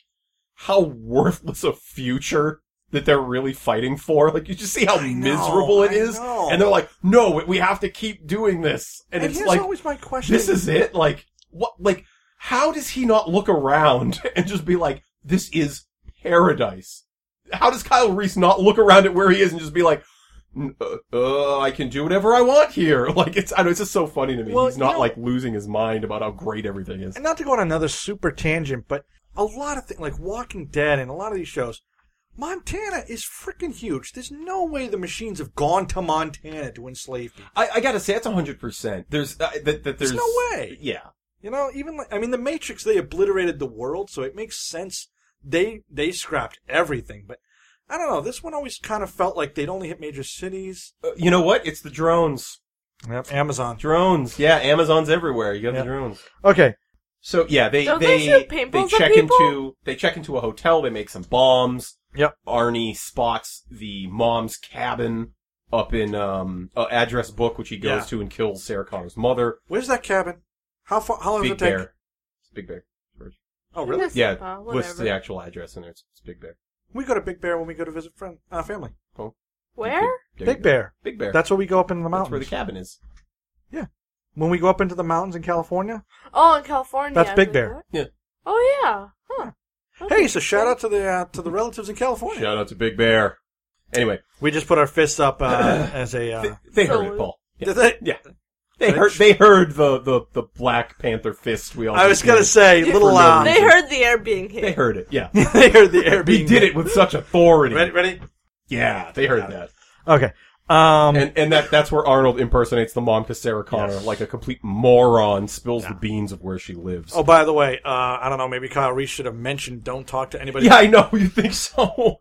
S6: how worthless a future that they're really fighting for. Like you just see how
S5: I know,
S6: miserable it
S5: I
S6: is,
S5: know.
S6: and they're like, "No, we- we have to keep doing this." And,
S5: And,
S6: it's
S5: here's
S6: like,
S5: always my question:
S6: "This is it." Like what? Like how does he not look around (laughs) and just be like, "This is paradise"? How does Kyle Reese not look around at where he is and just be like? "N- Uh, uh, I can do whatever I want here. (laughs) Like it's, I know it's just so funny to me.
S5: Well,
S6: He's
S5: you
S6: not
S5: know-
S6: like losing his mind about how great everything is.
S5: and not to go on another super tangent, but a lot of things like Walking Dead and a lot of these shows, Montana is freaking huge. There's no way the machines have gone to Montana to enslave people.
S6: I, I gotta say, that's hundred percent. There's uh, that, that
S5: There's
S6: there's
S5: no way.
S6: Yeah,
S5: You know, even like, I mean, the Matrix they obliterated the world, so it makes sense they they scrapped everything. But I don't know. This one always kind of felt like they'd only hit major cities.
S6: Uh, you know what? It's the drones.
S5: Yep, Amazon.
S6: Drones. Yeah, Amazon's everywhere. You got
S5: Yeah.
S6: the drones.
S5: Okay,
S6: So yeah, they
S7: Don't
S6: they
S7: they shoot
S6: they,
S7: paintballs at
S6: check
S7: people?
S6: into they check into a hotel. They make some bombs.
S5: Yep.
S6: Arnie spots the mom's cabin up in um uh, address book, which he goes
S5: Yeah.
S6: to and kills Sarah Connor's mother.
S5: where's that cabin? How far? How long does
S6: Big
S5: it take?
S6: Bear. It's Big Bear.
S5: Oh, really?
S7: Innocent,
S6: Yeah,
S7: uh,
S6: lists
S7: whatever.
S6: the actual address in there. It's, it's Big Bear.
S5: We go to Big Bear when we go to visit friend uh, family.
S7: Where?
S6: There you
S5: Big
S6: go.
S5: Bear.
S6: Big Bear.
S5: That's where we go up into the
S6: That's
S5: mountains.
S6: where the cabin is.
S5: when we go up into the mountains in California.
S7: Oh, in California.
S5: That's
S7: I was
S5: Big
S7: like,
S5: Bear.
S7: what?
S6: Yeah.
S7: Oh yeah. Huh.
S5: Hey, so shout out to the uh, to the relatives in California.
S6: Shout out to Big Bear. Anyway,
S5: We just put our fists up (laughs) uh, as a. Uh,
S6: They, they
S7: So-
S6: heard it, Paul. Yeah.
S5: did they-
S6: Yeah. They heard.
S5: Bitch.
S6: They heard the, the, the Black Panther fist. We all.
S5: I was
S6: just
S5: gonna
S6: heard.
S5: say little. Uh,
S7: They heard the air being hit.
S6: They heard it. Yeah.
S5: (laughs) they heard the air
S6: we
S5: being
S6: did it with such authority.
S5: Ready? Ready?
S6: Yeah, they heard that,
S5: Okay. Um,
S6: and and that that's where Arnold impersonates the mom, because Sarah Connor,
S5: Yes.
S6: like a complete moron, spills the beans of where she lives.
S5: oh, by the way, uh, I don't know. Maybe Kyle Reese should have mentioned don't talk to anybody.
S6: yeah, I know. (laughs) You think so?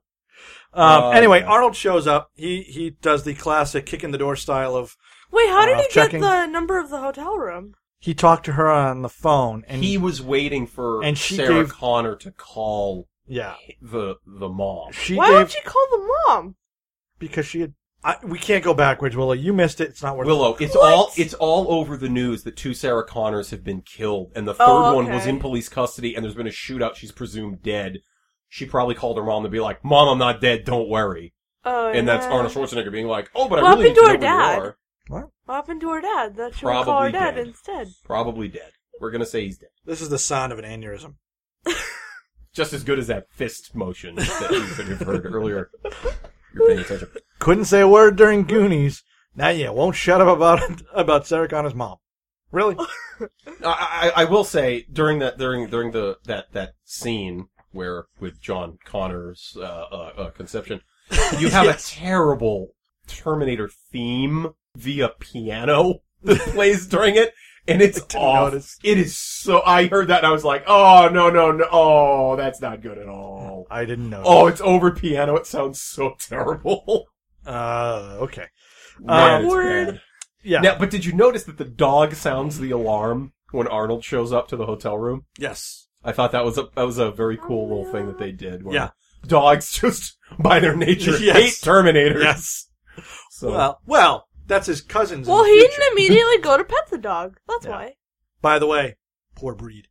S5: Um,
S6: Oh,
S5: anyway,
S6: yeah.
S5: Arnold shows up. He he does the classic kick in the door style of
S7: Wait, how did
S5: Uh,
S7: he
S5: checking.
S7: get the number of the hotel room?
S5: He talked to her on the phone, and
S6: he was waiting for
S5: And she
S6: Sarah
S5: gave-
S6: Connor to call
S5: yeah,
S6: the the mom.
S5: she
S7: Why
S5: gave
S7: would she call the mom?
S5: because she had. I, we can't go backwards, Willow. You missed it. It's not worth.
S6: Willow, it's
S7: What?
S6: all it's all over the news that two Sarah Connors have been killed, and the third
S7: Oh,
S6: one was
S7: okay.
S6: in police custody, and there's been a shootout. She's presumed dead. She probably called her mom to be like, "Mom, I'm not dead. Don't worry."
S7: Oh,
S6: and that's
S7: yeah.
S6: Arnold Schwarzenegger being like, "Oh, but
S7: What
S6: I really need
S7: happened
S6: to
S7: to
S6: know
S7: her
S6: where
S7: dad?
S6: you are."
S7: What happened to her dad? That she would call her
S6: Probably
S7: dad
S6: dead.
S7: instead.
S6: Probably dead. We're gonna say he's dead.
S5: This is the sound of an aneurysm.
S6: Just as good as that fist motion that you could have heard earlier. You're paying attention.
S5: Couldn't say a word during Goonies. Now you won't shut up about (laughs) about Sarah Connor's mom. (laughs) Really?
S6: I, I, I will say during that during during the that that scene where with John Connor's uh, uh, uh, conception, you have a terrible Terminator theme via piano that plays during it, and it's off.
S5: notice.
S6: It is so. I heard that and I was like, oh no no no, oh that's not good at all.
S5: I didn't know.
S6: Oh, it's over piano. It sounds so (laughs) terrible.
S5: Uh, okay.
S6: Man, it's
S7: Awkward.
S6: bad.
S5: Yeah.
S6: Now, but did you notice that the dog sounds the alarm when Arnold shows up to the hotel room?
S5: yes.
S6: I thought that was a that was a very cool little thing that they did. Where
S5: Yeah.
S6: dogs (laughs) just by their nature
S5: (laughs) Yes.
S6: hate Terminators.
S5: Yes.
S6: So (laughs)
S5: Well, well, that's his cousins. in
S7: Well,
S5: the
S7: he
S5: future.
S7: didn't immediately go to pet the dog. That's
S5: Yeah.
S7: why.
S5: By the way, poor breed.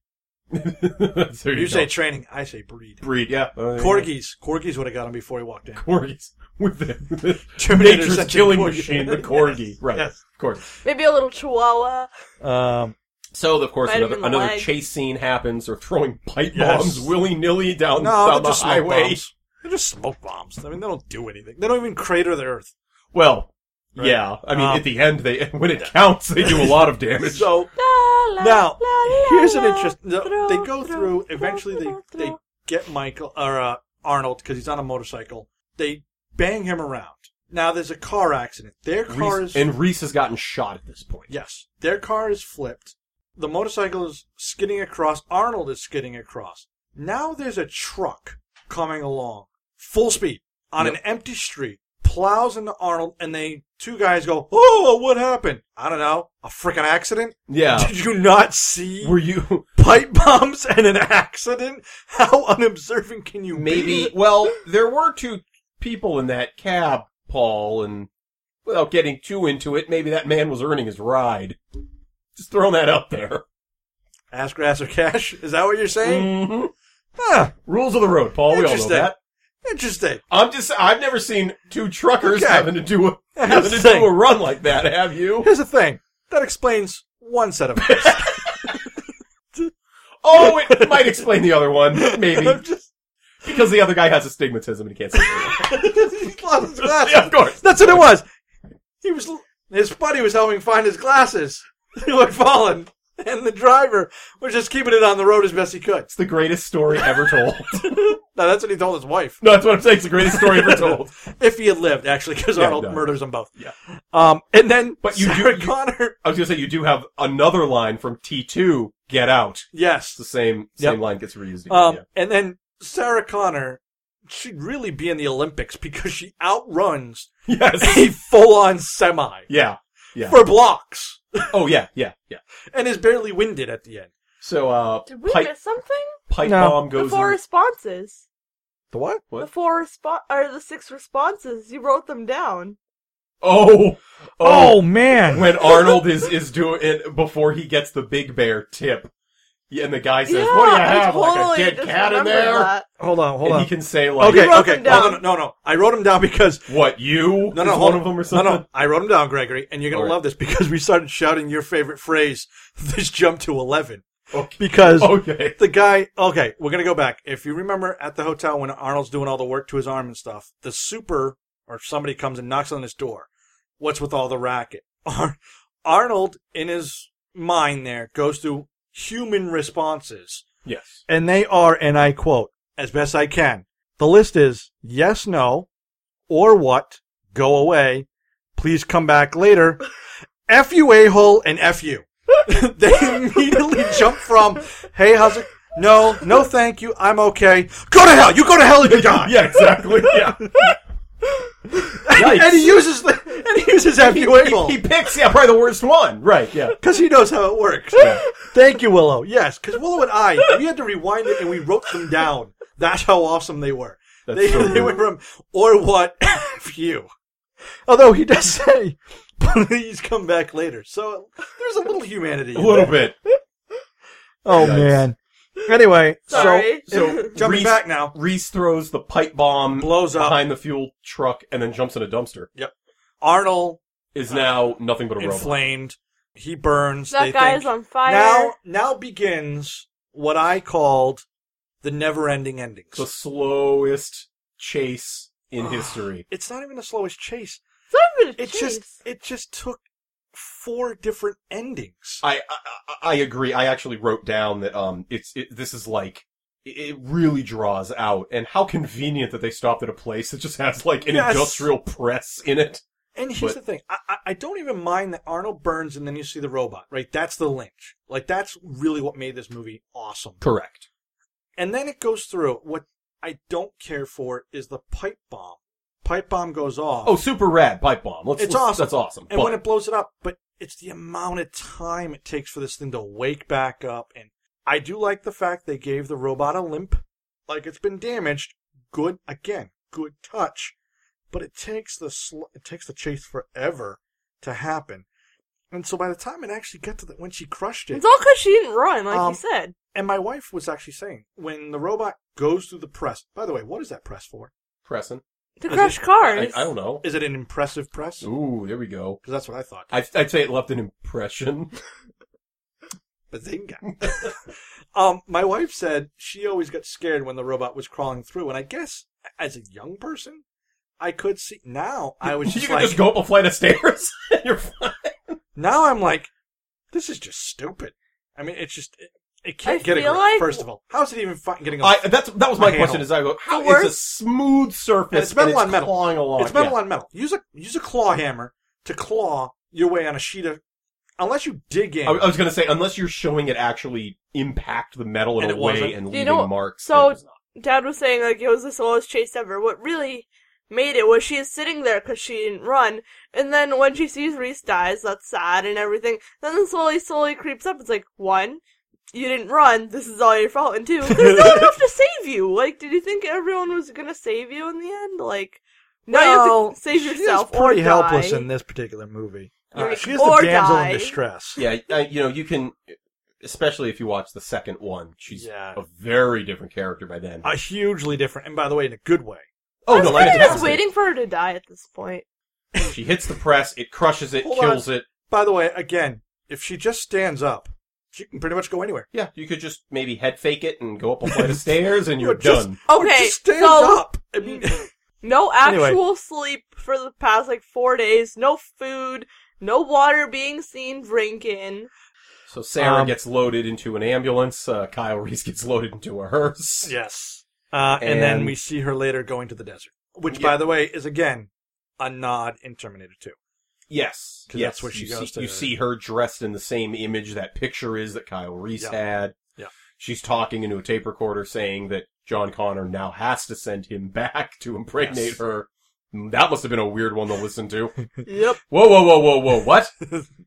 S6: there
S5: You,
S6: you,
S5: say
S6: go.
S5: training, I say breed.
S6: breed, yeah. Oh, yeah.
S5: Corgis. Corgis would have got him before he walked in.
S6: corgis with the, with the
S5: Terminator
S6: (laughs) nature's
S5: sent
S6: killing
S5: corgi.
S6: machine, the
S5: (laughs)
S6: corgi,
S5: Yes.
S6: right?
S5: Yes.
S6: Of course.
S7: Maybe a little chihuahua.
S5: Um,
S6: So of course
S7: Right
S6: another
S7: in the
S6: another
S7: leg.
S6: chase scene happens. They're throwing pipe
S5: Yes.
S6: bombs willy nilly down,
S5: no,
S6: down
S5: they're
S6: the
S5: just smoke
S6: highway.
S5: bombs. They're just smoke bombs. I mean, they don't do anything. They don't even crater the (laughs) earth.
S6: Well,
S5: Right.
S6: yeah. I mean,
S5: Um,
S6: at the end, they (laughs) when it counts, they do a lot of damage.
S5: So
S7: La, la,
S5: Now,
S7: la, la,
S5: here's an
S7: la.
S5: interesting.
S7: Throw,
S5: They go
S7: throw,
S5: through.
S7: throw,
S5: Eventually, they
S7: throw,
S5: they
S7: throw.
S5: get Michael or uh, Arnold because he's on a motorcycle. They bang him around. Now there's a car accident. Their car
S6: Reese,
S5: is
S6: and Reese has gotten shot at this point.
S5: yes. Their car is flipped. The motorcycle is skidding across. Arnold is skidding across. Now there's a truck coming along, full speed on an
S6: Yep.
S5: empty street, plows into Arnold, and they two guys go, "Oh, what happened? I don't know. A freaking accident?
S6: Yeah.
S5: Did you not see?
S6: Were you
S5: pipe bombs and an accident? How unobservant can you
S6: (laughs) maybe? (laughs)
S5: be?
S6: Well, there were two people in that cab, Paul, and without getting too into it, maybe that man was earning his ride. Just throwing that out there.
S5: Ask grass or cash? Is that what you're saying?
S6: hmm
S5: Huh.
S6: Rules of the road, Paul. We all know
S5: Interesting.
S6: that. Mm.
S5: Interesting.
S6: I'm just. I've never seen two truckers
S5: Okay.
S6: having to do a
S5: (laughs) That's
S6: having
S5: the
S6: to do
S5: thing.
S6: a run like that. Have you?
S5: Here's the thing. That explains one
S6: (laughs)
S5: set of facts.
S6: Oh,
S5: (laughs)
S6: it might explain the other one, maybe,
S5: I'm just-
S6: because the other guy has astigmatism and he can't see. very
S5: He
S6: well.
S5: (laughs) lost his glasses.
S6: Yeah, of course.
S5: (laughs) That's what it was. He was his buddy was helping find his glasses. (laughs) They were fallen. And the driver was just keeping it on the road as best he could.
S6: It's the greatest story ever told. (laughs)
S5: Now that's what he told his wife.
S6: no, that's what I'm saying. It's the greatest story ever told.
S5: If he had lived, actually, because
S6: Yeah,
S5: Arnold
S6: no.
S5: murders them both.
S6: Yeah.
S5: Um, and then,
S6: But you do-
S5: Sarah
S6: you-
S5: Connor. (laughs)
S6: I was gonna say you do have another line from T two, get out. It's
S5: Yes.
S6: the same
S5: Yep.
S6: same line gets reused again.
S5: (laughs) Um,
S6: yeah.
S5: and then Sarah Connor should really be in the Olympics because she outruns
S6: (laughs) Yes.
S5: (laughs) a full-on semi
S6: yeah. Yeah.
S5: for blocks
S6: Oh yeah, yeah, yeah.
S5: and is barely winded at the end.
S6: So uh
S7: Did we
S6: pipe
S7: miss something?
S6: pipe
S5: No.
S6: bomb
S7: The
S6: goes
S7: four
S6: in-
S7: responses.
S5: The what?
S7: The
S6: what?
S7: four respo- or the six responses. You wrote them down.
S6: Oh, oh
S5: man!
S6: when Arnold is is doing it before he gets the big bear tip. Yeah, and the guy says,
S7: yeah,
S6: What do you
S7: I
S6: have? like
S7: totally
S6: a dead
S7: just
S6: cat in
S7: remembered
S6: there?
S7: That.
S5: Hold on, hold
S6: and
S5: on.
S6: he can say like
S5: Okay,
S7: You wrote
S5: okay.
S7: them
S5: No,
S7: down.
S5: Oh, no, no, no. I wrote them down
S6: (laughs)
S5: because
S6: What you?
S5: no, no,
S6: is
S5: hold
S6: one of them or
S5: No,
S6: something.
S5: no. I wrote them down, Gregory, and you're gonna
S6: All right.
S5: love this because we started shouting your favorite phrase. (laughs) This jump to eleven
S6: (laughs) Okay.
S5: because
S6: okay.
S5: the guy okay we're gonna go back if you remember at the hotel when arnold's doing all the work to his arm and stuff the super or somebody comes and knocks on his door what's with all the racket (laughs) Ar- arnold in his mind there goes through human responses
S6: (laughs) Yes.
S5: and they are and i quote as best i can the list is yes no or what go away please come back later f you a-hole and f you (laughs) they immediately jump from, hey, how's it?
S6: (laughs)
S5: No, no, thank you. I'm okay. Go to hell. You go to hell if you die. (laughs)
S6: Yeah, exactly. Yeah.
S5: and he uses the, and he uses
S6: He
S5: Emuable
S6: picks, yeah, probably the worst one. Right,
S5: (laughs)
S6: yeah.
S5: because he knows how it works.
S6: Yeah.
S5: Thank you, Willow. Yes, because Willow and I, we had to rewind it and we wrote them down. That's how awesome they were.
S6: That's
S5: they, (laughs)
S6: so
S5: they
S6: weird.
S5: went from or what (laughs) F you. Although he does say, please come back later. So there's a little humanity.
S6: A
S5: in
S6: little
S5: there.
S6: bit.
S5: Oh
S6: Yikes.
S5: man. Anyway,
S7: Sorry. (laughs)
S6: So
S5: so jumping
S6: Reese-
S5: back now.
S6: Reese throws the pipe bomb
S5: Blows up.
S6: behind the fuel truck and then jumps in a dumpster.
S5: Arnold Uh,
S6: Is now nothing but a robot.
S5: inflamed. He burns. they
S7: That guy
S5: think.
S7: is on fire.
S5: Now, now begins what I called the never-ending endings.
S6: The slowest chase in history.
S5: it's not even the slowest chase.
S7: it's not even a
S5: It
S7: chase.
S5: just it just took four different endings.
S6: I, I I- I agree. I actually wrote down that um it's it, this is like it- it really draws out and how convenient that they stopped at a place that just has like an
S5: Yes.
S6: industrial press in it.
S5: And here's
S6: But-
S5: the thing: I, I, I don't even mind that Arnold burns, and then you see the robot. Right? That's the lynch. Like that's really what made this movie awesome.
S6: Correct.
S5: And then it goes through. What I don't care for is the pipe bomb. Pipe bomb goes off.
S6: Oh, super rad pipe bomb. Let's,
S5: It's
S6: let's-
S5: awesome.
S6: That's awesome.
S5: and
S6: but
S5: when it blows it up, but it's the amount of time it takes for this thing to wake back up. And I do like the fact they gave the robot a limp, like it's been damaged. Good again, good touch, but it takes the sl- it takes the chase forever to happen. And so by the time it actually got to the when she crushed it,
S7: It's all because she didn't run, like
S5: Um,
S7: you said.
S5: and my wife was actually saying when the robot goes through the press. By the way, what is that press for?
S6: pressing,
S7: To
S5: is
S7: crush
S5: it-
S6: I,
S7: cars.
S6: I don't know.
S5: Is it an impressive press? Because
S6: Ooh, there we go.
S5: that's what I thought.
S6: I, I'd say it left an impression.
S5: Bazinga. (laughs) um, my wife said she always got scared when the robot was crawling through, and I guess as a young person, I could see now. I
S6: (laughs)
S5: was
S6: you
S5: just
S6: can
S5: like,
S6: just go up a flight of stairs. (laughs) and you're fine.
S5: now I'm like, this is just stupid. I mean, it's just it, it can't
S7: I
S5: get a
S7: feel
S5: grip.
S7: like-
S5: First of all, how's it even fi- getting? A,
S6: I, that's that was my
S5: My
S6: question.
S5: handle.
S6: Is I go, how
S7: worst-
S6: it's a smooth surface
S5: And it's metal on metal.
S6: clawing along.
S5: it's metal
S6: Yeah.
S5: on metal. Use a use a claw hammer to claw your way on a sheet of, unless you dig in.
S6: I, I was gonna say unless you're showing it actually impact the metal in
S5: And
S6: a
S5: it
S6: way
S5: wasn't.
S6: and
S7: You
S6: leaving
S7: know,
S6: marks.
S7: so-
S6: and-
S7: Dad was saying like it was the slowest chase ever. What really made it was she is sitting there because she didn't run, and then when she sees Reese dies, that's sad and everything. Then it slowly, slowly creeps up. It's like one, you didn't run. This is all your fault. And two, there's no one enough
S5: (laughs)
S7: to save you. Like, did you think everyone was gonna save you in the end? Like, no, you
S5: Well,
S7: have to save
S5: she is
S7: yourself or
S5: pretty helpless
S7: die.
S5: in this particular movie. Uh,
S6: All right.
S5: She is the
S7: Or
S5: damsel
S7: die.
S5: in distress.
S6: yeah, I, you know you can, especially if you watch the second one. She's
S5: Yeah.
S6: a very different character by then.
S5: A hugely different, and by the way, in a good way.
S6: oh
S7: I was
S6: no,
S7: kind
S6: like
S7: of just
S6: opposite.
S7: waiting for her to die at this point.
S6: She hits the press. It crushes it.
S5: Hold
S6: kills it.
S5: By the way, again, if she just stands up, she can pretty much go anywhere.
S6: Yeah, you could just maybe head fake it and go up a flight of stairs, and you're
S5: Or just-
S6: done.
S5: or
S7: Okay,
S5: Oh, just stand
S7: so-
S5: up. I
S7: (laughs)
S5: mean, (laughs)
S7: No actual
S5: Anyway.
S7: sleep for the past like four days. No food. No water being seen drinking.
S6: So Sarah
S5: Um,
S6: gets loaded into an ambulance. Uh, Kyle Reese gets loaded into a hearse.
S5: yes. Uh, and, then
S6: And-
S5: we see her later going to the desert, which, by the way, is again a nod in Terminator
S6: (laughs)
S5: 2.
S6: Yes,
S5: 'Cause
S6: yes.
S5: that's where she
S6: you
S5: goes
S6: See,
S5: to-
S6: you see her dressed in the same image that picture is that Kyle Reese
S5: Yeah.
S6: had.
S5: Yeah.
S6: She's talking into a tape recorder, saying that John Connor now has to send him (laughs) back to impregnate
S5: Yes.
S6: her. Mm, That must have been a weird one to listen to.
S5: Yep.
S6: Whoa, whoa, whoa, whoa, whoa! What?
S5: (laughs)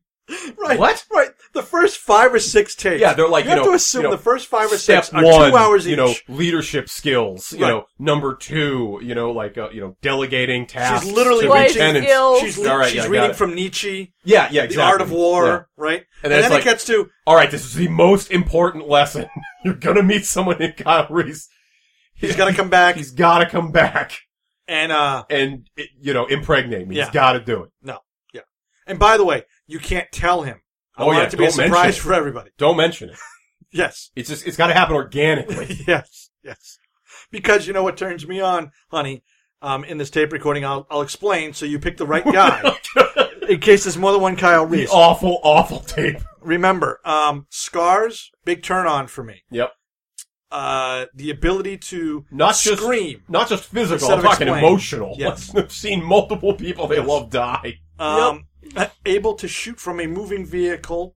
S5: Right.
S6: What?
S5: Right. The first five or six takes.
S6: Yeah, they're like,
S5: you,
S6: you
S5: have
S6: know-
S5: to assume
S6: you know,
S5: the first five or
S6: Step
S5: six are
S6: one,
S5: two hours each.
S6: you know, leadership skills. You
S5: Right.
S6: know, number two, you know, like uh, you know, delegating tasks.
S5: she's literally
S6: to
S7: Life
S5: reaching.
S6: lieutenants.
S7: skills.
S5: She's,
S6: All right,
S5: she's
S6: yeah, I got
S5: reading
S6: it.
S5: from Nietzsche,
S6: Yeah, yeah,
S5: The
S6: exactly.
S5: Art of War,
S6: Yeah.
S5: right?
S6: And then it's like-
S5: it gets to
S6: All right, this is the most important lesson. (laughs) You're gonna meet someone in Kyle Reese.
S5: he's got to come back,
S6: (laughs) He's got to come back
S5: and uh,
S6: and it- you know impregnate me.
S5: Yeah.
S6: He's got to do it.
S5: And by the way, you can't tell him. I
S6: Oh,
S5: want
S6: yeah,
S5: it to be a
S6: don't mention
S5: surprise
S6: it.
S5: for everybody.
S6: Don't mention it.
S5: Yes. (laughs)
S6: It's just it's got to happen organically.
S5: yes. Yes. Because you know what turns me on, honey? Um, in this tape recording, I'll, I'll explain so you pick the
S6: (laughs)
S5: right guy in case there's more than one Kyle
S6: the
S5: Reese.
S6: awful, awful tape.
S5: Remember, um, scars, big turn on for me.
S6: Yep.
S5: Uh, the ability to
S6: Not just-
S5: scream.
S6: Not just physical.
S5: Instead
S6: I'm
S5: of
S6: talking
S5: explain.
S6: emotional.
S5: Yes.
S6: (laughs) I've seen multiple people they
S5: Yes.
S6: love die
S5: um, able to shoot from a moving vehicle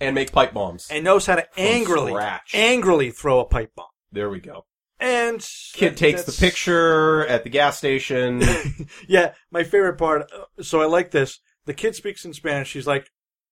S6: and make pipe bombs.
S5: and knows how to angrily,
S6: scratch.
S5: angrily throw a pipe bomb.
S6: there we go.
S5: And
S6: Kid takes the
S5: that's-
S6: picture at the gas station.
S5: yeah, my favorite part. uh, So I like this. The kid speaks in Spanish. She's like,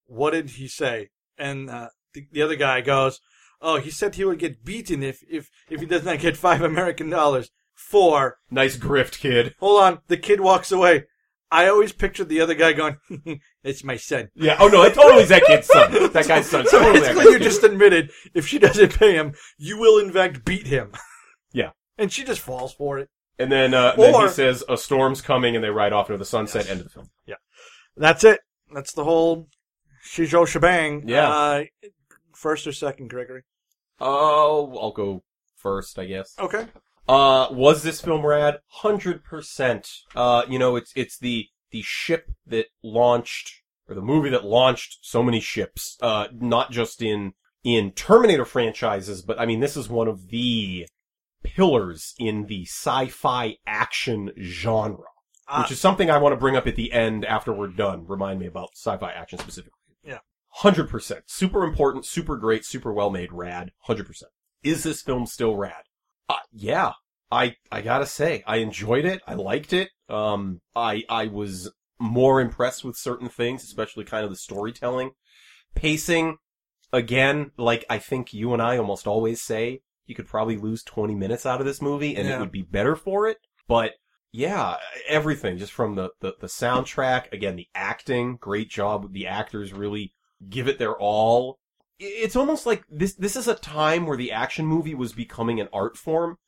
S5: "What did he say?" And uh, the, the other guy goes, "Oh, he said he would get beaten if if if he does not get (laughs) five American dollars." Four.
S6: (laughs) nice grift, kid.
S5: Hold on. The kid walks away. I always pictured the other guy going, (laughs) "It's my son."
S6: Yeah. Oh no, it totally is that
S5: (laughs)
S6: kid's son. That guy's son.
S5: So
S6: Totally that
S5: basically,
S6: guy's
S5: you
S6: kid.
S5: just admitted if she doesn't pay him, you will in fact beat him.
S6: Yeah.
S5: and she just falls for it.
S6: And then, uh, then he
S5: Or-
S6: says a storm's coming, and they ride off into the sunset. End of the film.
S5: That's it. That's the whole Shijo shebang.
S6: Yeah.
S5: Uh, first or second, Gregory?
S6: Oh, I'll go first, I guess.
S5: Okay.
S6: Uh, was this film rad? Hundred percent. Uh, you know, it's it's the the ship that launched or the movie that launched so many ships. Uh, not just in in Terminator franchises, but I mean, this is one of the pillars in the sci-fi action genre,
S5: Ah.
S6: which is something I want to bring up at the end after we're done. Remind me about sci-fi action specifically.
S5: Yeah.
S6: Hundred percent. Super important. Super great. Super well made. Rad. Hundred percent. Is this film still rad? Uh, yeah. I I gotta say, I enjoyed it. I liked it. Um, I I was more impressed with certain things, especially kind of the storytelling, pacing. Again, like I think you and I almost always say, you could probably lose twenty minutes out of this movie, and
S5: Yeah.
S6: it would be better for it. But yeah, everything just from the, the the soundtrack, again, the acting, great job. The actors really give it their all. I- It's almost like this. This is a time where the action movie was becoming an art form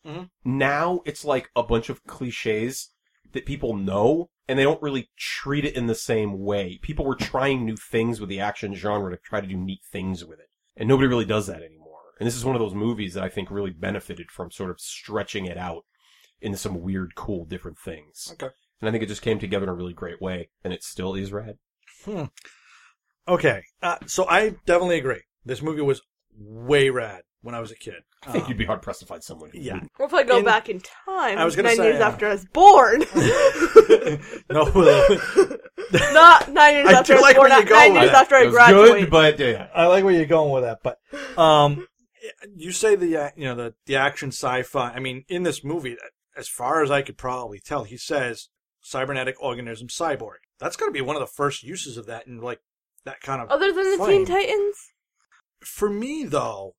S6: now it's like a bunch of cliches that people know and they don't really treat it in the same way. People were trying new things with the action genre to try to do neat things with it. And nobody really does that anymore. And this is one of those movies that I think really benefited from sort of stretching it out into some weird, cool, different things.
S5: Okay.
S6: And I think it just came together in a really great way, and it still is rad.
S5: Okay. Uh, so I definitely agree. This movie was way rad when I was a kid.
S6: I think
S5: Uh,
S6: you'd be hard pressed to find someone who
S5: yeah.
S6: wouldn't.
S7: We'll probably go
S5: In-
S7: back in time.
S5: I was gonna
S7: nine
S5: say,
S7: years
S5: uh,
S7: after I was born.
S5: (laughs)
S7: (laughs)
S5: no, Willow.
S7: Not nine years
S5: I
S7: after
S5: do
S7: I was
S5: like
S7: born.
S5: where
S7: Not
S5: you're
S7: nine
S5: going with
S7: years
S5: that.
S7: after I
S6: It was
S7: graduated.
S6: good, but yeah.
S5: I like where you're going with that, but um, you say the uh, you know the the action sci-fi. I mean, in this movie, as far as I could probably tell, he says cybernetic organism cyborg. That's going to be one of the first uses of that in like that kind of.
S7: Other than the
S5: Fine.
S7: Teen Titans,
S5: For me though,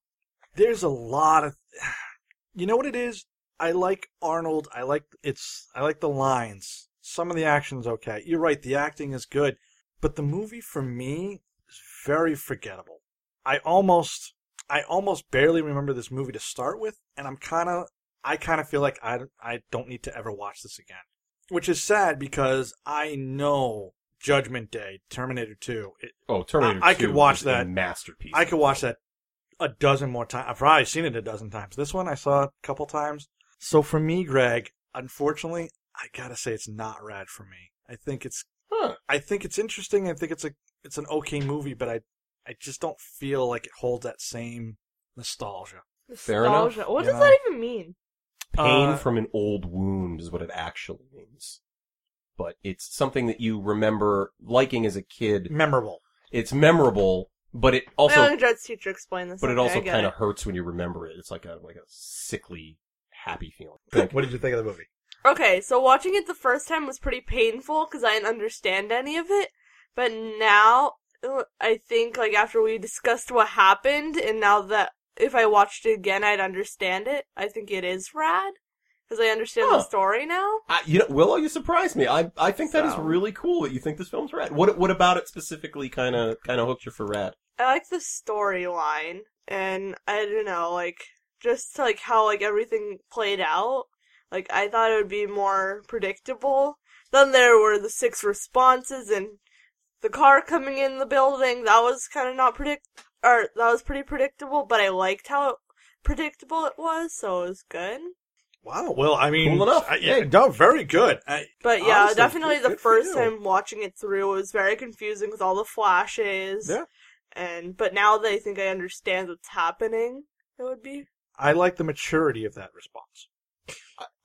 S5: there's a lot of (sighs) you know what it is. I like Arnold. I like it's. I like the lines. Some of the action's okay. You're right. The acting is good, but the movie for me is very forgettable. I almost, I almost barely remember this movie to start with, and I'm kind of, I kind of feel like I, I don't need to ever watch this again, which is sad because I know Judgment Day, Terminator Two. It,
S6: Oh, Terminator
S5: I- I
S6: 2
S5: could watch
S6: is a
S5: that.
S6: masterpiece.
S5: I could watch that a dozen more times. I've probably seen it a dozen times. This one I saw a couple times. So for me, Greg, unfortunately, I gotta say it's not rad for me. I think it's
S6: Huh.
S5: I think it's interesting. I think it's a it's an okay movie, but I I just don't feel like it holds that same nostalgia.
S6: Fair enough.
S7: nostalgia. What
S5: Yeah.
S7: does that even mean?
S6: pain
S5: Uh,
S6: from an old wound is what it actually means. But it's something that you remember liking as a
S7: Mm-hmm.
S6: kid.
S5: Memorable.
S6: It's memorable, but it
S7: My
S6: also
S7: young dread's teacher explained this.
S6: but it
S7: okay,
S6: also
S7: I get
S6: kind of
S7: it.
S6: hurts when you remember it. It's like a like a sickly happy feeling.
S5: (laughs)
S6: Like,
S5: What did you think of the movie?
S7: Okay, so watching it the first time was pretty painful because I didn't understand any of it. But now, uh, I think, like, after we discussed what happened, and now that if I watched it again, I'd understand it, I think it is rad. Because I understand
S6: Huh.
S7: the story now.
S6: I, you know, Willow, you surprised me. I I think that is
S7: So.
S6: really cool that you think this film's rad. What what about it specifically? Kind of kind of hooked you for rad.
S7: I like the storyline, and I don't know, like, just like how, like, everything played out. Like, I thought it would be more predictable. Then there were the six responses and the car coming in the building. That was kind of not predict, or that was pretty predictable, but I liked how predictable it was, so it was good.
S5: Wow. Well, I mean,
S6: Cool enough.
S5: I- yeah,
S6: Hey.
S5: no, very good. I,
S7: But yeah,
S5: Honestly,
S7: definitely
S5: good-
S7: the
S5: good for you.
S7: first time watching it through it was very confusing with all the flashes.
S5: Yeah.
S7: And but now that I think I understand what's happening, it would be
S5: I like the maturity of that response.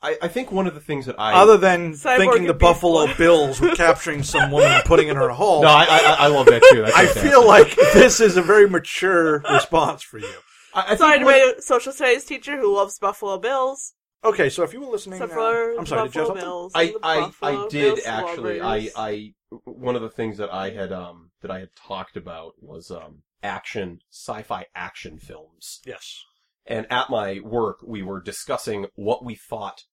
S6: I, I think one of the things that I
S5: Other than
S7: Cyborg
S5: thinking
S7: and
S5: the
S7: Beast
S5: Buffalo
S7: Boy.
S5: Bills were capturing some woman and putting in her hole.
S6: no, I I, I- I love that too.
S7: (laughs)
S6: That's
S5: I
S6: fantastic.
S5: feel like this is a very mature response for you.
S6: I, I think
S7: Sorry to
S6: one-
S7: my social studies teacher who loves Buffalo Bills.
S5: Okay, so if you were listening,
S7: Except
S5: now-
S7: for
S5: I'm sorry, did you have
S7: Buffalo
S5: something?
S7: Bills. and
S6: I,
S7: the
S6: I, I
S7: Buffalo
S6: did
S7: Bills
S6: actually. I,
S7: Lovers.
S6: I one of the things that I had um that I had talked about was um action sci-fi action films.
S5: Yes.
S6: And at my work, we were discussing what we thought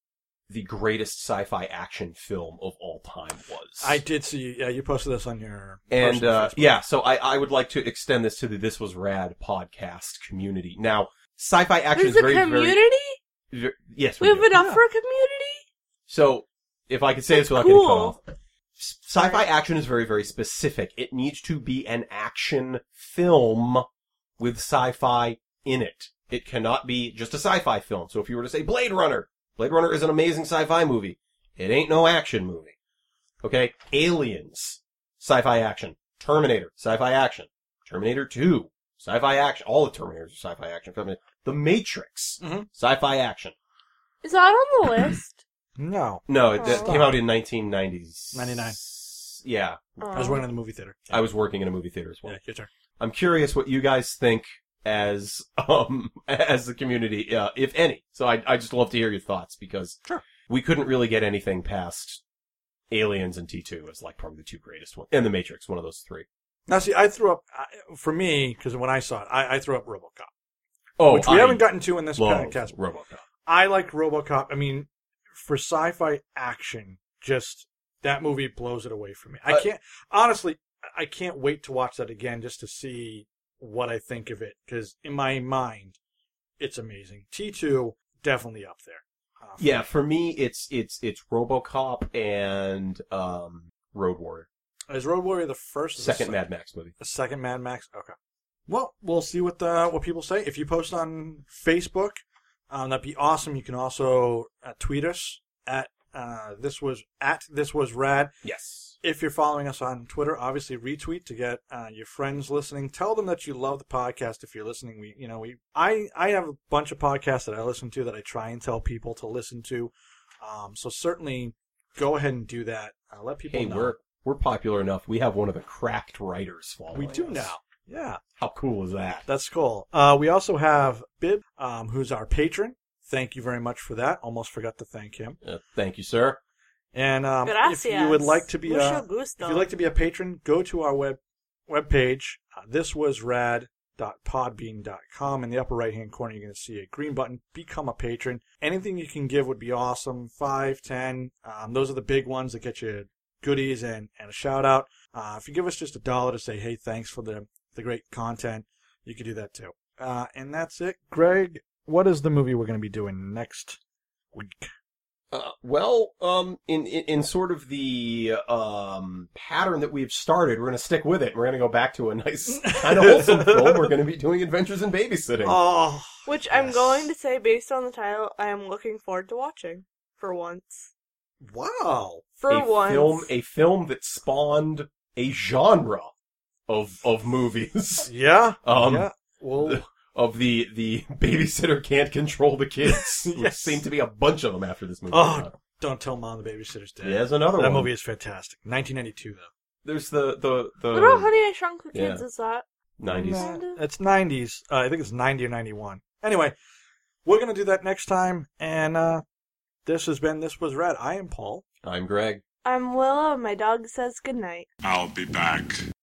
S6: the greatest sci-fi action film of all time was.
S5: I did see. Yeah, you posted this on your
S6: and
S5: personal
S6: uh,
S5: Facebook.
S6: yeah, so I, I would like to extend this to the This Was Rad podcast community. Now, sci-fi action
S7: There's
S6: is
S7: a
S6: very,
S7: community?
S6: very, ver- yes,
S7: we have
S6: do.
S7: enough
S5: Yeah.
S7: for a community?
S6: So, if I could say this without getting cut
S7: Cool.
S6: off, s- sci-fi action is very, very specific. It needs to be an action film with sci-fi in it. It cannot be just a sci-fi film. So if you were to say Blade Runner, Blade Runner is an amazing sci-fi movie. It ain't no action movie. Okay? Aliens, sci-fi action. Terminator, sci-fi action. Terminator 2, sci-fi action. All the Terminators are sci-fi action. The Matrix,
S5: Mhm.
S6: sci-fi action.
S7: Is that on the (coughs) list?
S5: No,
S6: No, it that
S7: Stop.
S6: came out in 1990s.
S5: 99.
S6: Yeah.
S7: Oh,
S5: I was working in the movie theater.
S6: I was working in a movie theater as well.
S5: Yeah, your turn.
S6: I'm curious what you guys think as (laughs) um as the community, uh, if any. So I I just love to hear your thoughts because
S5: Sure.
S6: we couldn't really get anything past Aliens and T2 as like probably the two greatest ones, and The Matrix, one of those three.
S5: Now, see, I threw up I, for me because when I saw it, I, I threw up RoboCop,
S6: Oh,
S5: which we
S6: I
S5: haven't gotten to in this
S6: love
S5: podcast.
S6: RoboCop.
S5: I like RoboCop. I mean, for sci-fi action, just that movie blows it away for me. I
S6: Uh,
S5: can't honestly. I can't wait to watch that again just to see what I think of it because in my mind, it's amazing. T two definitely up there. Uh, for
S6: Yeah,
S5: me.
S6: for me it's it's it's RoboCop and um Road Warrior,
S5: Is Road Warrior the first? or the
S6: second Mad Max movie.
S5: The second Mad Max. Okay. Well, we'll see what the, what people say. If you post on Facebook, um, that'd be awesome. You can also uh, tweet us at uh, this was at this was rad.
S6: Yes.
S5: If you're following us on Twitter, obviously retweet to get uh, your friends listening. Tell them that you love the podcast. If you're listening, we you know we I I have a bunch of podcasts that I listen to that I try and tell people to listen to. Um, so certainly go ahead and do that. Uh, let people
S6: Hey,
S5: know
S6: we're we're popular enough. We have one of the cracked writers following.
S5: we do
S6: us.
S5: now. Yeah.
S6: How cool is that?
S5: That's cool. Uh, we also have Bib, um, who's our patron. Thank you very much for that. Almost forgot to thank him.
S6: Uh, thank you, sir.
S5: And um, if
S7: Gracias.
S5: you would like to be uh,
S7: Mucho
S5: a,
S7: gusto.
S5: if you'd like to be a patron, go to our web webpage. Uh, this was rad.podbean.com. In the upper right hand corner, you're going to see a green button. Become a patron. Anything you can give would be awesome. Five, ten. Um, those are the big ones that get you goodies and, and a shout out. Uh, if you give us just a dollar to say, hey, thanks for the, the great content, you can do that too. Uh, and that's it. Greg, what is the movie we're going to be doing next week?
S6: Uh, well, um, in, in in sort of the um pattern that we've started, we're going to stick with it. We're going to go back to a nice
S5: (laughs)
S6: kind of wholesome film. We're going to be doing Adventures in Babysitting.
S5: Oh,
S7: Which I'm
S6: Yes.
S7: going to say, based on the title, I am looking forward to watching for once.
S5: wow.
S7: For
S6: a
S7: once,
S6: film, a film that spawned a genre of of movies
S5: (laughs) Yeah.
S6: Um,
S5: yeah. Well,
S6: of the the babysitter can't control the kids.
S5: (laughs)
S6: Which
S5: Yes.
S6: seemed to be a bunch of them after this movie.
S5: Oh, Don't Tell Mom the Babysitter's Dead.
S6: there's another
S5: that
S6: one.
S5: movie is fantastic. 1992, though.
S6: There's the the the
S7: what about Honey I Shrunk the Kids?
S6: yeah.
S7: Is that
S6: 90s.
S7: Kinda.
S5: It's 90s. Uh, I think it's 90 or 91. Anyway, we're going to do that next time. And uh, this has been This Was Rad. I am Paul.
S6: I'm Greg.
S7: I'm Willow, and my dog says goodnight.
S3: I'll be back.